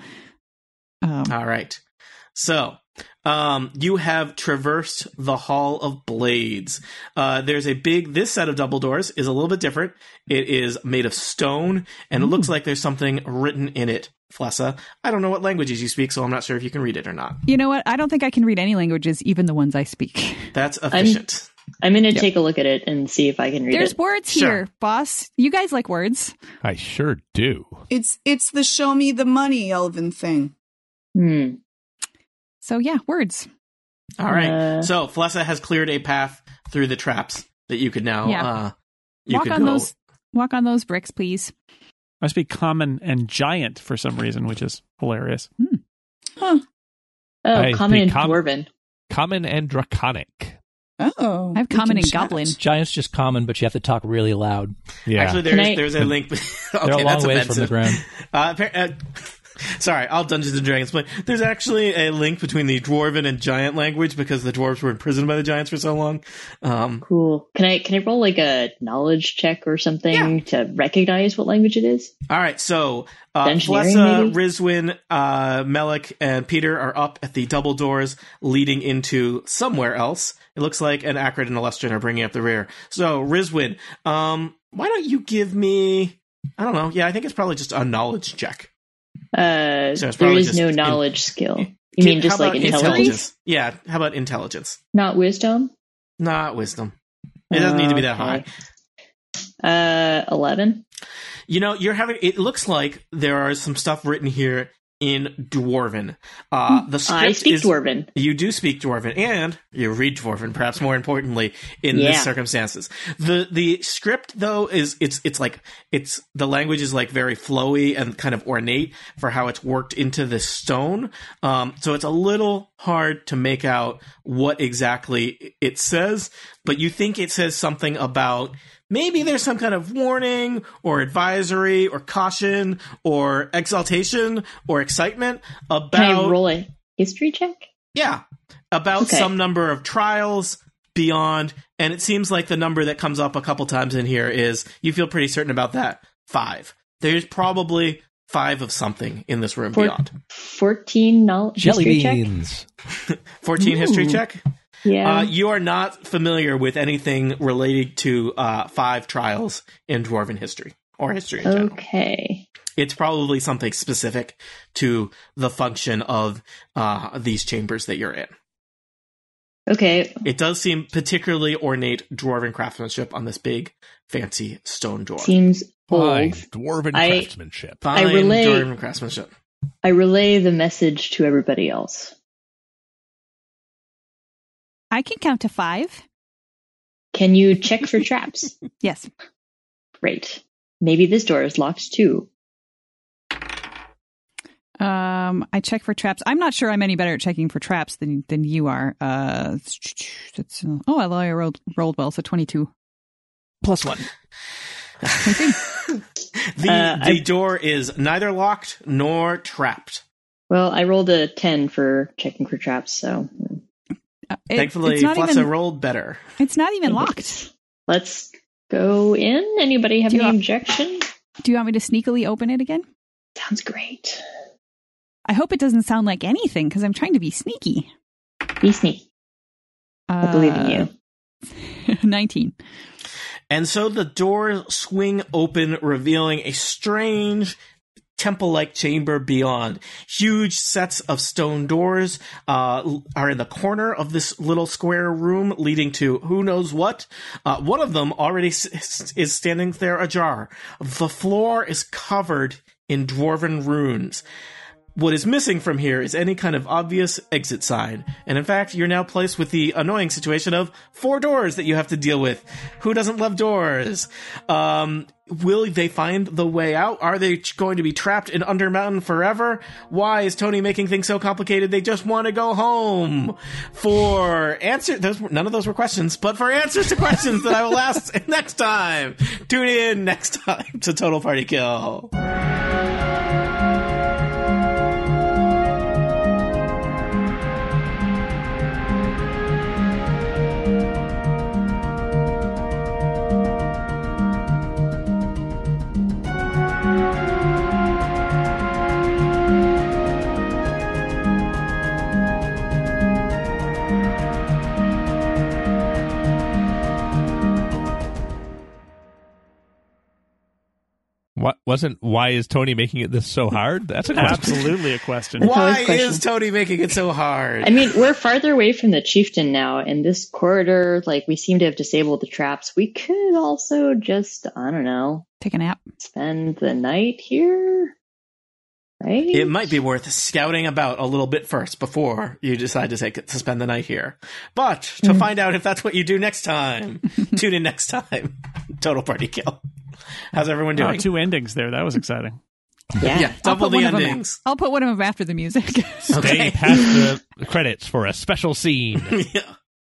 Speaker 6: Um,
Speaker 2: All right. So, um, you have traversed the Hall of Blades. Uh, there's a big, this set of double doors is a little bit different. It is made of stone, and it
Speaker 6: Mm.
Speaker 2: looks like there's something written in it, Flessa. I don't know what languages you speak, so I'm not sure if you can read it or not.
Speaker 6: you know what? I don't think I can read any languages, even the ones I speak.
Speaker 2: That's efficient.
Speaker 4: I'm going to take a look at it and see if I can read
Speaker 6: There's
Speaker 4: it.
Speaker 6: words
Speaker 2: Sure.
Speaker 6: here, boss. You guys like words.
Speaker 5: I sure do.
Speaker 7: It's it's the show me the money elven thing.
Speaker 4: Hmm.
Speaker 6: So, yeah, words.
Speaker 2: All right.
Speaker 4: Uh,
Speaker 2: so, Flessa has cleared a path through the traps that you could now,
Speaker 6: Yeah.
Speaker 2: uh, you
Speaker 6: walk
Speaker 2: could
Speaker 6: on
Speaker 2: go.
Speaker 6: those. Walk on those bricks, please.
Speaker 8: Must be common and giant for some reason, which is hilarious.
Speaker 4: Oh,
Speaker 5: I
Speaker 4: common and
Speaker 5: think com-
Speaker 4: dwarven.
Speaker 5: Common and draconic.
Speaker 7: Oh,
Speaker 6: I have
Speaker 7: we
Speaker 6: common
Speaker 7: can
Speaker 6: and
Speaker 7: chat.
Speaker 6: goblin.
Speaker 3: Giant's just common, but you have to talk really loud.
Speaker 5: Yeah.
Speaker 2: Actually,
Speaker 4: Can
Speaker 2: there's,
Speaker 4: I-
Speaker 2: there's a link. [LAUGHS] okay,
Speaker 3: They're a long
Speaker 2: that's
Speaker 3: ways
Speaker 2: offensive.
Speaker 3: from the ground.
Speaker 2: [LAUGHS] Uh, appar- uh, [LAUGHS] sorry, I'll Dungeons and Dragons play. There's actually a link between the dwarven and giant language because the dwarves were imprisoned by the giants for so long. Um,
Speaker 4: Cool. Can I can I roll like a knowledge check or something to recognize what language it is?
Speaker 2: all right, so uh,
Speaker 4: Dungeoneering,
Speaker 2: Flessa,
Speaker 4: maybe?
Speaker 2: Rizwin, uh, Melek, and Peter are up at the double doors leading into somewhere else. It looks like an Acrid and Alestrin are bringing up the rear. So Rizwin, um, why don't you give me? I don't know. Yeah, I think it's probably just a knowledge check.
Speaker 4: Uh,
Speaker 2: So it's
Speaker 4: there
Speaker 2: probably
Speaker 4: is
Speaker 2: just
Speaker 4: no
Speaker 2: in- [LAUGHS]
Speaker 4: knowledge skill. You mean
Speaker 2: How
Speaker 4: just like
Speaker 2: about
Speaker 4: intelligence,
Speaker 2: Yeah. How about intelligence?
Speaker 4: not wisdom?
Speaker 2: Not wisdom. It doesn't need to be that high.
Speaker 4: Okay. Uh, eleven.
Speaker 2: You know, you're having. It looks like there are some stuff written here in Dwarven. Uh, the script
Speaker 4: Hmm. I speak
Speaker 2: is,
Speaker 4: Dwarven.
Speaker 2: You do speak Dwarven, and you read Dwarven. Perhaps more importantly, in
Speaker 4: Yeah.
Speaker 2: this circumstances, the the script though is it's it's like it's the language is like very flowy and kind of ornate for how it's worked into this stone. Um, so it's a little hard to make out what exactly it says, but you think it says something about maybe there's some kind of warning or advisory or caution or exaltation or excitement about
Speaker 4: Can I roll a history check?
Speaker 2: yeah. About
Speaker 4: Okay.
Speaker 2: some number of trials beyond. And it seems like the number that comes up a couple times in here is you feel pretty certain about that. Five. There's probably five of something in this room
Speaker 4: Four-
Speaker 2: beyond.
Speaker 4: 14 knowledge
Speaker 3: Jelly
Speaker 4: history check?
Speaker 3: beans.
Speaker 2: 14 history check.
Speaker 4: Yeah.
Speaker 2: Uh, you are not familiar with anything related to uh, five trials in Dwarven history or history in general.
Speaker 4: okay.
Speaker 2: It's probably something specific to the function of uh, these chambers that you're in.
Speaker 4: Okay.
Speaker 2: It does seem particularly ornate dwarven craftsmanship on this big, fancy stone door.
Speaker 4: Seems old.
Speaker 5: Fine. Dwarven
Speaker 4: I-
Speaker 5: craftsmanship.
Speaker 2: Fine
Speaker 4: I relate-
Speaker 2: dwarven craftsmanship.
Speaker 4: I relay the message to everybody else.
Speaker 6: I can count to five.
Speaker 4: Can you check
Speaker 2: [LAUGHS]
Speaker 4: for traps?
Speaker 6: Yes.
Speaker 4: Great. Maybe this door is locked too.
Speaker 6: Um, I check for traps. I'm not sure I'm any better at checking for traps than than you are. Uh, that's, uh, oh, I lied, I rolled rolled well, so 22.
Speaker 3: Plus one.
Speaker 2: The,
Speaker 4: Uh,
Speaker 2: the
Speaker 4: I-
Speaker 2: door is neither locked nor trapped.
Speaker 4: Well, I rolled a 10 for checking for traps, so.
Speaker 6: Uh, it-
Speaker 2: Thankfully,
Speaker 6: it's not
Speaker 2: Flessa
Speaker 6: even
Speaker 2: rolled better.
Speaker 6: it's not even locked.
Speaker 4: Let's go in. Anybody have
Speaker 6: Do you
Speaker 4: any
Speaker 6: want-
Speaker 4: objection?
Speaker 6: Do you want me to sneakily open it again?
Speaker 4: Sounds great.
Speaker 6: I hope it doesn't sound like anything because I'm trying to be sneaky.
Speaker 4: Be sneaky.
Speaker 6: Uh,
Speaker 4: I believe in you.
Speaker 6: [LAUGHS] 19.
Speaker 2: And so the doors swing open, revealing a strange temple like chamber beyond. Huge sets of stone doors uh, l- are in the corner of this little square room, leading to who knows what. Uh, one of them already s- s- is standing there ajar. The floor is covered in dwarven runes. What is missing from here is any kind of obvious exit sign. And in fact, you're now placed with the annoying situation of four doors that you have to deal with. Who doesn't love doors? Um, will they find the way out? Are they ch- going to be trapped in Undermountain forever? Why is Tony making things so complicated? They just want to go home. For answer, those were- none of those were questions, but for answers to questions that I will ask [LAUGHS] next time. Tune in next time to Total Party Kill.
Speaker 5: What wasn't? Why is Tony making it this so hard? That's a question.
Speaker 8: Absolutely [LAUGHS] a question.
Speaker 4: That's always
Speaker 2: Why
Speaker 4: a question.
Speaker 2: is Tony making it so hard?
Speaker 4: I mean, we're farther away from the chieftain now, and this corridor, like, we seem to have disabled the traps. We could also just, I don't know,
Speaker 6: Take a nap.
Speaker 4: spend the night here, right?
Speaker 2: It might be worth scouting about a little bit first before you decide to take to spend the night here. But to find out if that's what you do next time, tune in next time. [LAUGHS] Total party kill. How's everyone
Speaker 8: Wow,
Speaker 2: doing?
Speaker 8: two endings there. That was exciting.
Speaker 4: yeah.
Speaker 2: yeah,
Speaker 6: I'll
Speaker 2: double the
Speaker 6: put one of them-
Speaker 2: endings.
Speaker 6: I'll put one of them after the music. [LAUGHS]
Speaker 5: Stay past the credits for a special scene.
Speaker 2: [LAUGHS] yeah.